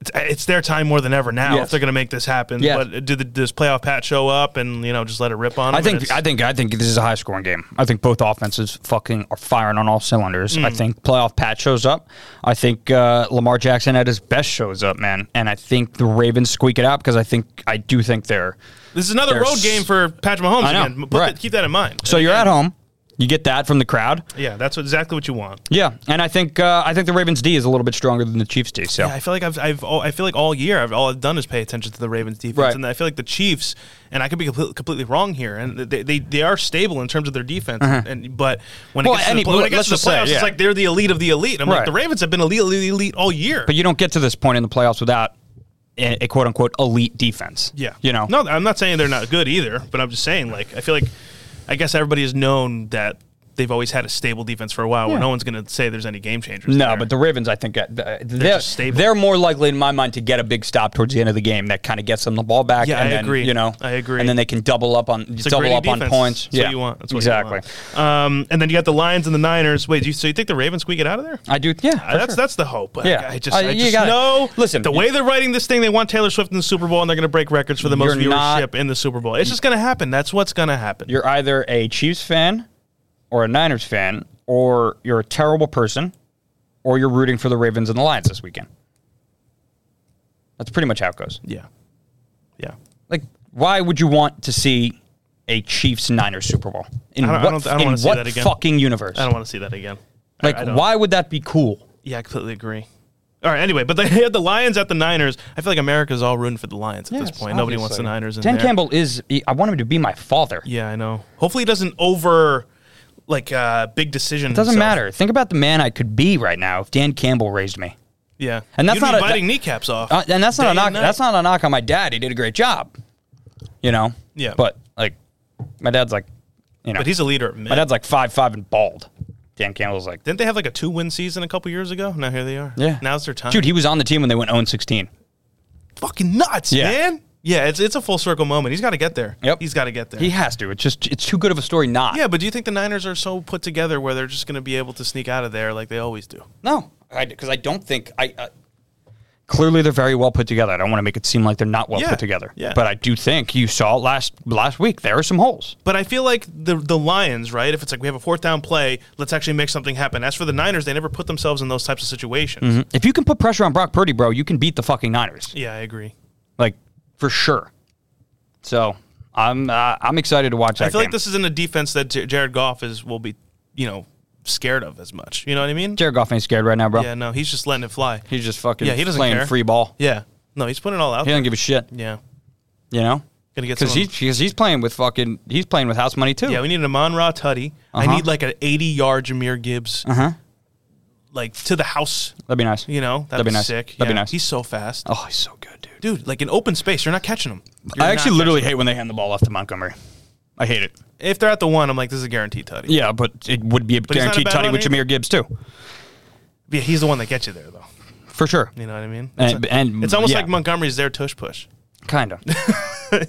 C: It's, it's their time more than ever now
B: Yes.
C: if they're going to make this happen.
B: Yes.
C: But did the, does playoff Pat show up and you know just let it rip on?
B: I
C: them? And
B: think
C: it's-
B: I think I think this is a high scoring game. I think both offenses fucking are firing on all cylinders.
C: Mm.
B: I think playoff Pat shows up. I think uh, Lamar Jackson at his best shows up, man. And I think the Ravens squeak it out because I think I do think they're.
C: This is another
B: They're
C: road
B: s-
C: game for Patrick Mahomes.
B: I know,
C: Again. Put
B: right.
C: that- keep that in mind.
B: So you're at home, you get that from the crowd.
C: yeah, that's what- exactly what you want.
B: Yeah, and I think uh, I think the Ravens D is a little bit stronger than the Chiefs D. So
C: Yeah, I feel like I've, I've all, I feel like all year I've all I've done is pay attention to the Ravens defense,
B: Right.
C: and I feel like the Chiefs, and I could be complete, completely wrong here, and they, they they are stable in terms of their defense, and but when
B: Uh-huh. Well,
C: it gets
B: any-
C: to the, pl- when it gets
B: let's
C: to the
B: just say,
C: playoffs,
B: yeah.
C: it's like they're the elite of the elite. I'm
B: Right.
C: like the Ravens have been elite, elite, elite all year.
B: but you don't get to this point in the playoffs without a, a quote unquote elite defense.
C: Yeah.
B: you know.
C: No, I'm not saying they're not good either, but I'm just saying, like, I feel like, I guess everybody has known that they've always had a stable defense for a while where no one's going to say there's any game changers.
B: No,
C: there.
B: but the Ravens, I think, uh, they're they're,
C: just stable.
B: more likely, in my mind, to get a big stop towards the end of the game that kind of gets them the ball back.
C: Yeah,
B: and
C: I
B: then,
C: agree.
B: You know,
C: I agree.
B: And then they can double up on
C: a
B: double
C: gritty
B: up on
C: defense.
B: points.
C: That's
B: yeah,
C: what you want. That's what you
B: exactly.
C: want. Um, and then you got the Lions and the Niners. Wait, do you, so you think the Ravens squeak it out of there?
B: I do. Yeah, for
C: Uh, that's
B: sure.
C: that's the hope. Like,
B: Yeah.
C: I just,
B: Uh,
C: I
B: you
C: just
B: gotta-
C: know.
B: listen,
C: the
B: you-
C: way they're writing this thing, they want Taylor Swift in the Super Bowl, and they're going to break records for the most
B: You're not-
C: viewership in the Super Bowl. It's just going to happen. That's what's going to happen.
B: You're either a Chiefs fan, or a Niners fan, or you're a terrible person, or you're rooting for the Ravens and the Lions this weekend. That's pretty much how it goes.
C: yeah, yeah.
B: Like, why would you want to see a Chiefs Niners Super Bowl? In
C: I don't- I
B: what,
C: don't- I don't
B: in
C: wanna see
B: what
C: that again.
B: fucking universe?
C: I don't want to see that again. I-
B: like,
C: I don't-
B: why would that be cool?
C: Yeah, I completely agree. All right, anyway, but they had the Lions at the Niners. I feel like America's all rooting for the Lions at this
B: Yes,
C: point. Nobody wants the
B: obviously.
C: Niners in
B: Dan
C: there.
B: Campbell is. I want him to be my father.
C: Yeah, I know. Hopefully he doesn't over like uh big decision.
B: It doesn't
C: himself.
B: matter. Think about the man I could be right now if Dan Campbell raised me.
C: Yeah.
B: And that's
C: You'd
B: not
C: be
B: a-
C: biting kneecaps off.
B: Uh, and that's
C: Day
B: not a knock.
C: night.
B: That's not a knock on my dad. He did a great job. You know.
C: Yeah.
B: But like, my dad's like, you know,
C: But he's a leader of men.
B: my dad's like five five and bald. Dan Campbell's like,
C: Didn't they have like a two win season a couple years ago? Now here they are.
B: yeah.
C: Now's their time.
B: Dude, he was on the team when they went 0 16.
C: fucking nuts,
B: Yeah.
C: man. Yeah, it's it's a full circle moment. He's gotta get there.
B: Yep.
C: He's gotta get there.
B: He has to. It's just it's too good of a story not.
C: yeah, but do you think the Niners are so put together where they're just gonna be able to sneak out of there like they always do?
B: No, because I, don't think I.
C: uh,
B: I clearly, they're very well put together. I don't want to make it seem like they're not well
C: Yeah,
B: put together.
C: yeah.
B: But I do think you saw it last last week. There are some holes.
C: But I feel like the the Lions, right? If it's like we have a fourth down play, let's actually make something happen. As for the Niners, they never put themselves in those types of situations.
B: If you can put pressure on Brock Purdy, bro, you can beat the fucking Niners.
C: Yeah, I agree.
B: Like for sure. So I'm uh, I'm excited to watch that.
C: I feel
B: game.
C: like this isn't a defense that J- Jared Goff is will be, you know, scared of as much. You know what I mean?
B: Jared Goff ain't scared right now, bro.
C: Yeah, no, he's just letting it fly.
B: He's just fucking
C: Yeah, he doesn't
B: playing
C: care.
B: free ball.
C: Yeah, no, he's putting it all out.
B: He
C: there.
B: doesn't give a shit.
C: Yeah,
B: You know.
C: gonna get
B: Because
C: some-
B: he's because he's playing with fucking he's playing with house money too.
C: Yeah, we need a Monra Tutty.
B: Uh-huh.
C: I need like an 80 yard Jameer Gibbs,
B: uh huh.
C: like to the house.
B: That'd be nice.
C: You know, that'd,
B: That'd be
C: be,
B: nice.
C: sick.
B: That'd be
C: Yeah,
B: nice.
C: He's so fast,
B: Oh, he's so good, dude.
C: dude. Like in open space, you're not catching him. You're
B: I
C: not
B: actually
C: catching
B: literally hate when they hand the ball off to Montgomery. I hate it.
C: If they're at the one, I'm like, this is a guaranteed tutty.
B: Yeah, but it would be a
C: he's not a
B: guaranteed
C: bad
B: tutty with
C: runner
B: Jameer Gibbs too,
C: Yeah, he's the one that gets you there, though.
B: for sure.
C: You know what I mean?
B: And-
C: it's,
B: and-
C: it's almost
B: Uh, yeah.
C: like Montgomery's their tush push.
B: Kind of.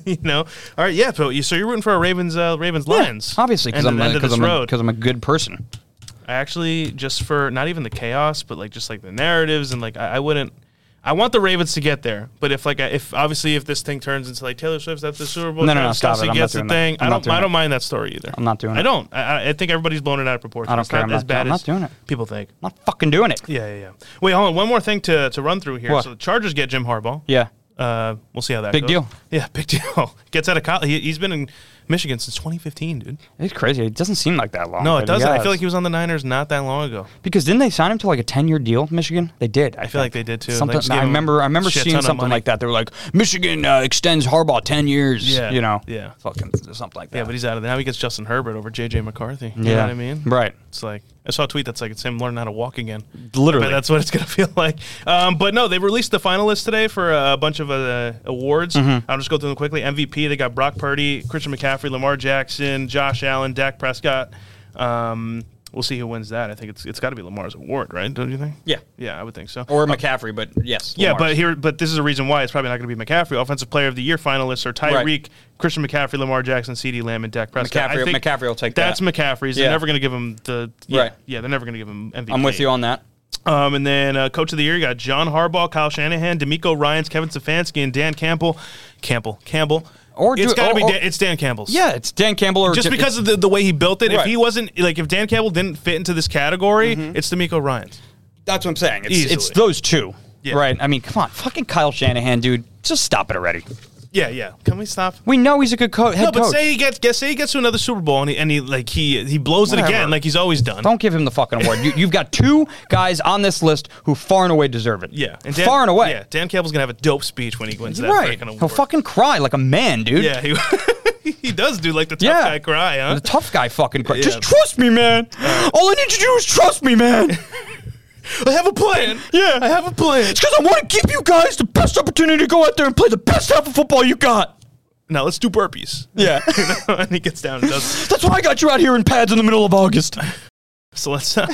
C: you know? All right, yeah. So, you, so you're rooting for a Ravens, uh, Ravens, Lions,
B: Obviously, because
C: End of-
B: I'm
C: end of
B: because I'm
C: this road.
B: because I'm a good person.
C: I actually just for not even the chaos, but like just like the narratives and like I, I wouldn't. I want the Ravens to get there, but if like I- if obviously if this thing turns into like Taylor Swift's at the Super Bowl,
B: No, no, no,
C: Travis
B: stop it.
C: Kelce
B: I'm not
C: gets the
B: doing that.
C: thing.
B: I'm
C: I
B: not
C: don't.
B: doing
C: I
B: it.
C: don't mind that story either.
B: I'm not doing
C: I
B: it.
C: don't. I- I, I think everybody's blown it out of proportion.
B: I don't
C: it's
B: care.
C: not
B: I'm
C: as
B: not-
C: bad
B: I'm not
C: as
B: doing it.
C: people think.
B: I'm not fucking doing it.
C: Yeah, yeah, yeah. Wait, hold on. One more thing to, to run through here.
B: What?
C: So the Chargers get Jim Harbaugh.
B: Yeah.
C: Uh, we'll see how that
B: Big
C: goes.
B: deal.
C: Yeah, big deal. Gets out of college. He, he's been in Michigan since 2015, dude.
B: It's crazy. It doesn't seem like that long.
C: No,
B: but
C: it doesn't. I
B: has.
C: feel like he was on the Niners not that long ago.
B: because didn't they sign him to like a ten year deal, Michigan? They did. I,
C: feel like
B: think.
C: they did, too. They
B: Something,
C: just gave
B: I
C: him
B: remember. I remember
C: shit
B: seeing
C: ton of
B: something
C: money.
B: like that. They were like, Michigan uh, extends Harbaugh ten years.
C: Yeah,
B: You know.
C: yeah.
B: Fucking something like that.
C: Yeah, but he's out of there. Now he gets Justin Herbert over J.J. McCarthy. You know
B: Yeah.
C: what I mean?
B: Right.
C: It's like, I saw a tweet that's like, it's him learning how to walk again.
B: Literally.
C: But that's what it's going to feel like. Um, but no, they released the finalists today for uh, a bunch of uh, awards.
B: Mm-hmm.
C: I'll just go through them quickly. MVP, they got Brock Purdy, Christian McCaffrey, Lamar Jackson, Josh Allen, Dak Prescott. Um, we'll see who wins that. I think it's it's got to be Lamar's award, right? Don't you think?
B: Yeah.
C: Yeah, I would think so. Uh,
B: Or McCaffrey, but yes.
C: Oh. Yeah,
B: Lamar's.
C: but here, but this is a reason why it's probably not going to be McCaffrey. Offensive Player of the Year finalists are Tyreek,
B: Right.
C: Christian McCaffrey, Lamar Jackson, C.D. Lamb, and Dak Prescott.
B: McCaffrey- McCaffrey will take
C: that's
B: that.
C: McCaffrey's.
B: Yeah.
C: They're never going to give him the yeah,
B: Right.
C: Yeah, they're never going to give him MVP.
B: I'm with you on that.
C: Um, and then uh, Coach of the Year, you got John Harbaugh, Kyle Shanahan, D'Amico Ryan's, Kevin Stefanski, and Dan Campbell. Campbell, Campbell.
B: Or
C: it's
B: do-
C: got to
B: or-
C: be
B: or-
C: Dan, it's Dan Campbell's.
B: Yeah, it's Dan Campbell or
C: Just because of the, the way he built it, if
B: Right. Mm-hmm.
C: he wasn't like if Dan Campbell didn't fit into this category, it's D'Amico Ryan's.
B: that's what I'm saying. It's, it's
C: Easily.
B: those two.
C: Yeah.
B: Right. I mean, come on, fucking Kyle Shanahan, dude. Just stop it already.
C: Yeah, yeah. Can we stop?
B: We know he's a good co- head
C: No, but
B: coach.
C: say he gets, guess say he gets to another Super Bowl and he, and he like he he blows it
B: Whatever.
C: again like he's always done.
B: Don't give him the fucking award. You, you've got two guys on this list who far and away deserve it.
C: yeah,
B: far and away.
C: Yeah, Dan Campbell's gonna have a dope speech when he wins that
B: right.
C: freaking award.
B: He'll fucking cry like a man, dude.
C: yeah, he, he does do like the tough
B: Yeah.
C: guy cry, huh?
B: The tough guy fucking cry. Just
C: Yeah.
B: trust me, man. All I need you to do is trust me, man. it's
C: I have a plan.
B: Yeah.
C: I have a plan.
B: because I want to give you guys the best opportunity to go out there and play the best half of football you got.
C: Now let's do burpees.
B: Yeah.
C: and he gets down and does.
B: That's why I got you out here in pads in the middle of August.
C: So let's. Uh,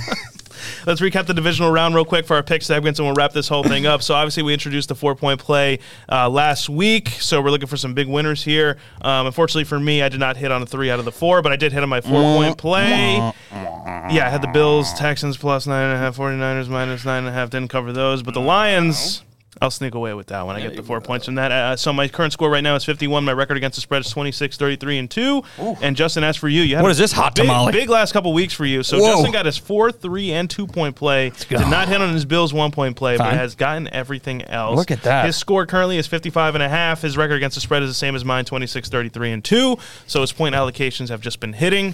C: Let's recap the divisional round real quick for our pick segments, and we'll wrap this whole thing up. So obviously, we introduced the four-point play uh, last week, so we're looking for some big winners here. Um, unfortunately for me, I did not hit on a three out of the four, but I did hit on my four-point play. Yeah, I had the Bills, Texans plus nine and a half, 49ers minus nine and a half. Didn't cover those, but the Lions. I'll sneak away with that one. I get the four points from that. Uh, so my current score right now is 51. My record against the spread is 26, 33, and 2. And Justin, as for you, you had
B: What
C: a
B: is this hot
C: big,
B: tamale?
C: Big last couple weeks for you. So
B: Whoa.
C: Justin got his 4, 3, and 2 point play. Did not hit on his Bills 1 point play, but
B: Fine.
C: has gotten everything else.
B: Look at that.
C: His score currently is 55 and a half. His record against the spread is the same as mine, 26, 33, and 2. So his point allocations have just been hitting.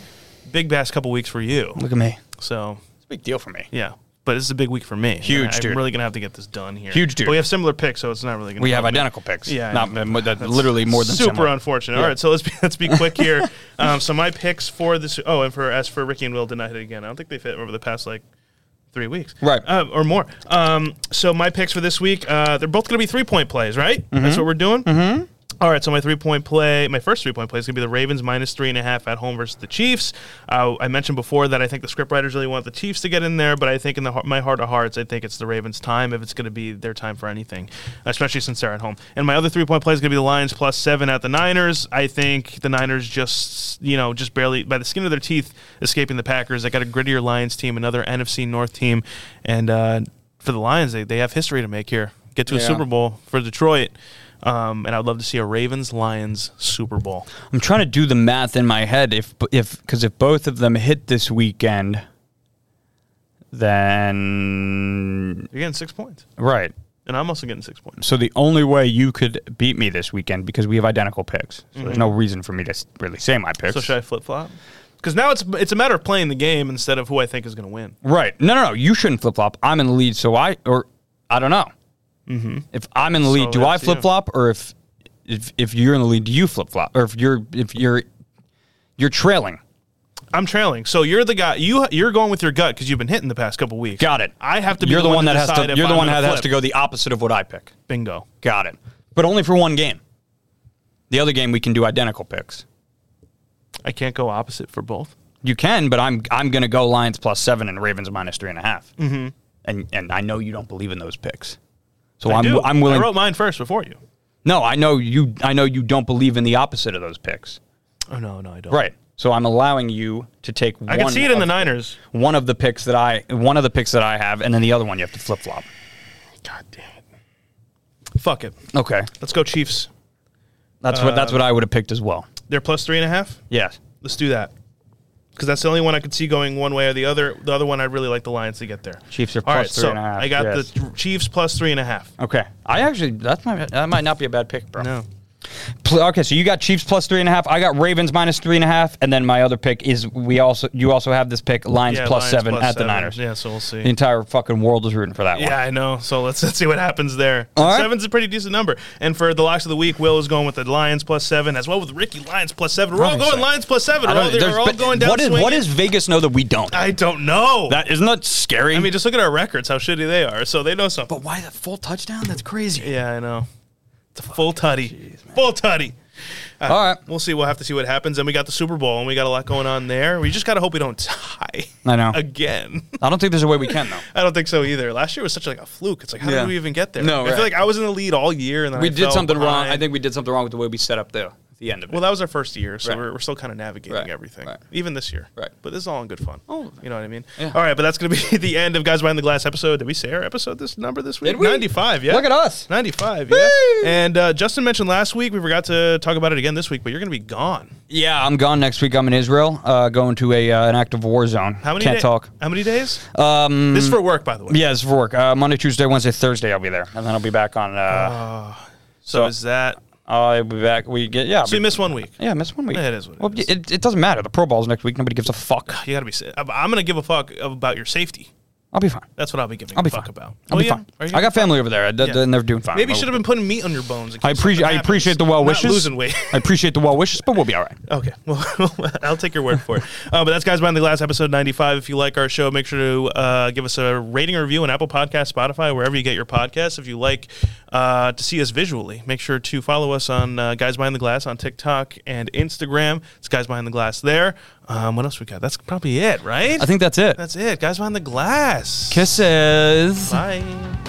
C: Big last couple weeks for you.
B: Look at me.
C: So
B: Big deal for me.
C: yeah, but this is a big week for me.
B: Huge,
C: I- I'm
B: dude.
C: really gonna have to get this done here.
B: Huge, dude.
C: But we have similar picks, so it's not really gonna.
B: We have
C: help me.
B: identical picks.
C: Yeah, I
B: Not,
C: know.
B: uh, that- literally more than
C: Super
B: similar.
C: unfortunate. All right, so let's be let's be quick here. um, so my picks for this. Oh, and for as for Ricky and Will did not hit again. I don't think they've hit over the past like. Three weeks,
B: Right.
C: uh, or more. Um, so my picks for this week, uh, they're both going to be three-point plays, right? That's what we're doing. Mm-hmm. All right, so my three point play, my first three point play is going to be the Ravens minus three and a half at home versus the Chiefs. Uh, I mentioned before that I think the scriptwriters really want the Chiefs to get in there, but I think in the, heart- my heart of hearts, I think it's the Ravens' time if it's going to be their time for anything, especially since they're at home. And my other three point play is going to be the Lions plus seven at the Niners. I think the Niners just, you know, just barely by the skin of their teeth escaping the Packers. I got a grittier Lions team, another NFC North team, and uh, for the Lions, they, they have history to make here. Get to a
B: Yeah.
C: Super Bowl for Detroit. Um, and I'd love to see a Ravens Lions Super Bowl.
B: I'm trying to do the math in my head. If if because if both of them hit this weekend, then
C: You're getting six points,
B: right.
C: and I'm also getting six points.
B: So the only way you could beat me this weekend because we have identical picks. So there's no reason for me to s- really say my picks.
C: So should I flip flop? Because now it's it's a matter of playing the game instead of who I think is going to win.
B: right? No, no, no. You shouldn't flip flop. I'm in the lead, so I or I don't know. If I'm in the lead,
C: Mm-hmm. So
B: do I
C: that's you.
B: flip flop, or if if if you're in the lead, do you flip flop, or if you're if you're you're trailing?
C: I'm trailing, so you're the guy. You you're going with your gut because you've been hitting the past couple weeks.
B: Got it.
C: I have to. be
B: You're the one, that has
C: decide
B: to.
C: if
B: You're the
C: I'm
B: one
C: gonna
B: that has
C: flip.
B: to go the opposite of what I pick.
C: Bingo.
B: Got it. But only for one game. The other game we can do identical picks.
C: I can't go opposite for both.
B: You can, but I'm I'm gonna go Lions plus seven and Ravens minus three and a half. Mm-hmm. And and I know you don't believe in those picks, so
C: I
B: am
C: do.
B: I'm willing.
C: I wrote mine first before you.
B: no, I know you. I know you don't believe in the opposite of those picks.
C: Oh no, no, I don't.
B: Right. So I'm allowing you to take.
C: I can see it in the
B: of-
C: Niners.
B: One of the picks that I one of the picks that I have, and then the other one you have to flip flop.
C: God damn it. Fuck it.
B: Okay,
C: Let's go Chiefs.
B: that's what that's what
C: Uh,
B: I would have picked as well.
C: They're plus three and a half.
B: Yes.
C: Let's do that. Because that's the only one I could see going one way or the other. The other one, I really like the Lions to get there.
B: Chiefs are
C: All right,
B: plus three
C: so
B: and a half,
C: I got
B: yes.
C: the Chiefs plus three and a half.
B: Okay. I actually that's might that might not be a bad pick, bro.
C: No.
B: Pl- Okay, so you got Chiefs plus three and a half. I got Ravens minus three and a half, and then my other pick is we also you also have this pick Lions
C: Yeah,
B: plus
C: Lions
B: seven
C: plus
B: at
C: seven.
B: the Niners.
C: Yeah, so we'll see.
B: The entire fucking world is rooting for that
C: Yeah,
B: one.
C: I know. So let's let's see what happens there.
B: All right.
C: Seven's a pretty decent number. And for the locks of the week, Will is going with the Lions plus seven, as well with Ricky Lions plus seven. We're all
B: Nice.
C: going Lions plus seven.
B: I
C: We're
B: don't-
C: all, they're
B: there's-
C: all
B: but
C: going down.
B: what is what
C: swinging.
B: does Vegas know that we don't?
C: I don't know.
B: that isn't that scary.
C: I mean, just look at our records, how shitty they are. So they know something.
B: but why that full touchdown? That's crazy.
C: Yeah, I know. It's a full tutty, full tutty.
B: All right.
C: We'll see. We'll have to see what happens. And we got the Super Bowl, and we got a lot going on there. We just gotta hope we don't tie.
B: I know.
C: Again.
B: I don't think there's a way we can though.
C: I don't think so either. Last year was such like a fluke. It's like how
B: Yeah.
C: did we even get there?
B: No,
C: I
B: right.
C: feel like I was in the lead all year, and then
B: we
C: I
B: did
C: fell
B: something wrong.
C: behind.
B: I think we did something wrong with the way we set up the the end of it.
C: Well, that was our first year, so
B: Right.
C: we're, we're still kind of navigating
B: Right.
C: everything,
B: Right.
C: even this year.
B: Right.
C: But this is all in good fun. Oh, you know what I mean.
B: Yeah.
C: All right, but that's gonna be the end of Guys Behind the Glass episode. Did we say our episode this number this week?
B: Did we?
C: Ninety-five. Yeah.
B: Look at us.
C: Ninety-five. Yeah. And uh, Justin mentioned last week. We forgot to talk about it again this week, but you're gonna be gone.
B: yeah, I'm gone next week. I'm in Israel, uh, going to a uh, an active war zone.
C: How many?
B: Can't
C: da-
B: talk.
C: How many days? Um. This is for work, by the way.
B: Yeah, it's for work. Uh, Monday, Tuesday, Wednesday, Thursday, I'll be there, and then I'll be back on. Uh,
C: So, is that?
B: I'll be back. We get yeah. I'll
C: Oh. So you
B: be-
C: missed one week.
B: yeah, I missed one week.
C: Yeah, it is what it
B: well,
C: is.
B: It, it doesn't matter. The Pro Bowl's next week. Nobody gives a fuck.
C: You gotta be. sa- I'm- I'm gonna give a fuck about your safety.
B: I'll be fine.
C: That's what I'll be giving
B: I'll
C: a
B: be
C: fuck
B: fine.
C: about.
B: I'll
C: Well,
B: be
C: yeah.
B: fine.
C: Are you
B: I got family over there. I,
C: Yeah.
B: They're doing fine.
C: Maybe you should have been putting meat on your bones. in
B: I
C: case
B: appreciate
C: something
B: I
C: happens.
B: appreciate the well
C: Not
B: wishes.
C: losing weight.
B: I appreciate the well wishes, but we'll be all right.
C: Okay, well, I'll take your word for it. Uh, but that's Guys Behind the Glass, episode 95. If you like our show, make sure to uh, give us a rating or review on Apple Podcasts, Spotify, wherever you get your podcasts. If you like uh, to see us visually, make sure to follow us on uh, Guys Behind the Glass on TikTok and Instagram. It's Guys Behind the Glass there. Um, what else we got? That's probably it, right?
B: I think that's it.
C: that's it. Guys Behind the Glass.
B: Kisses.
C: Bye.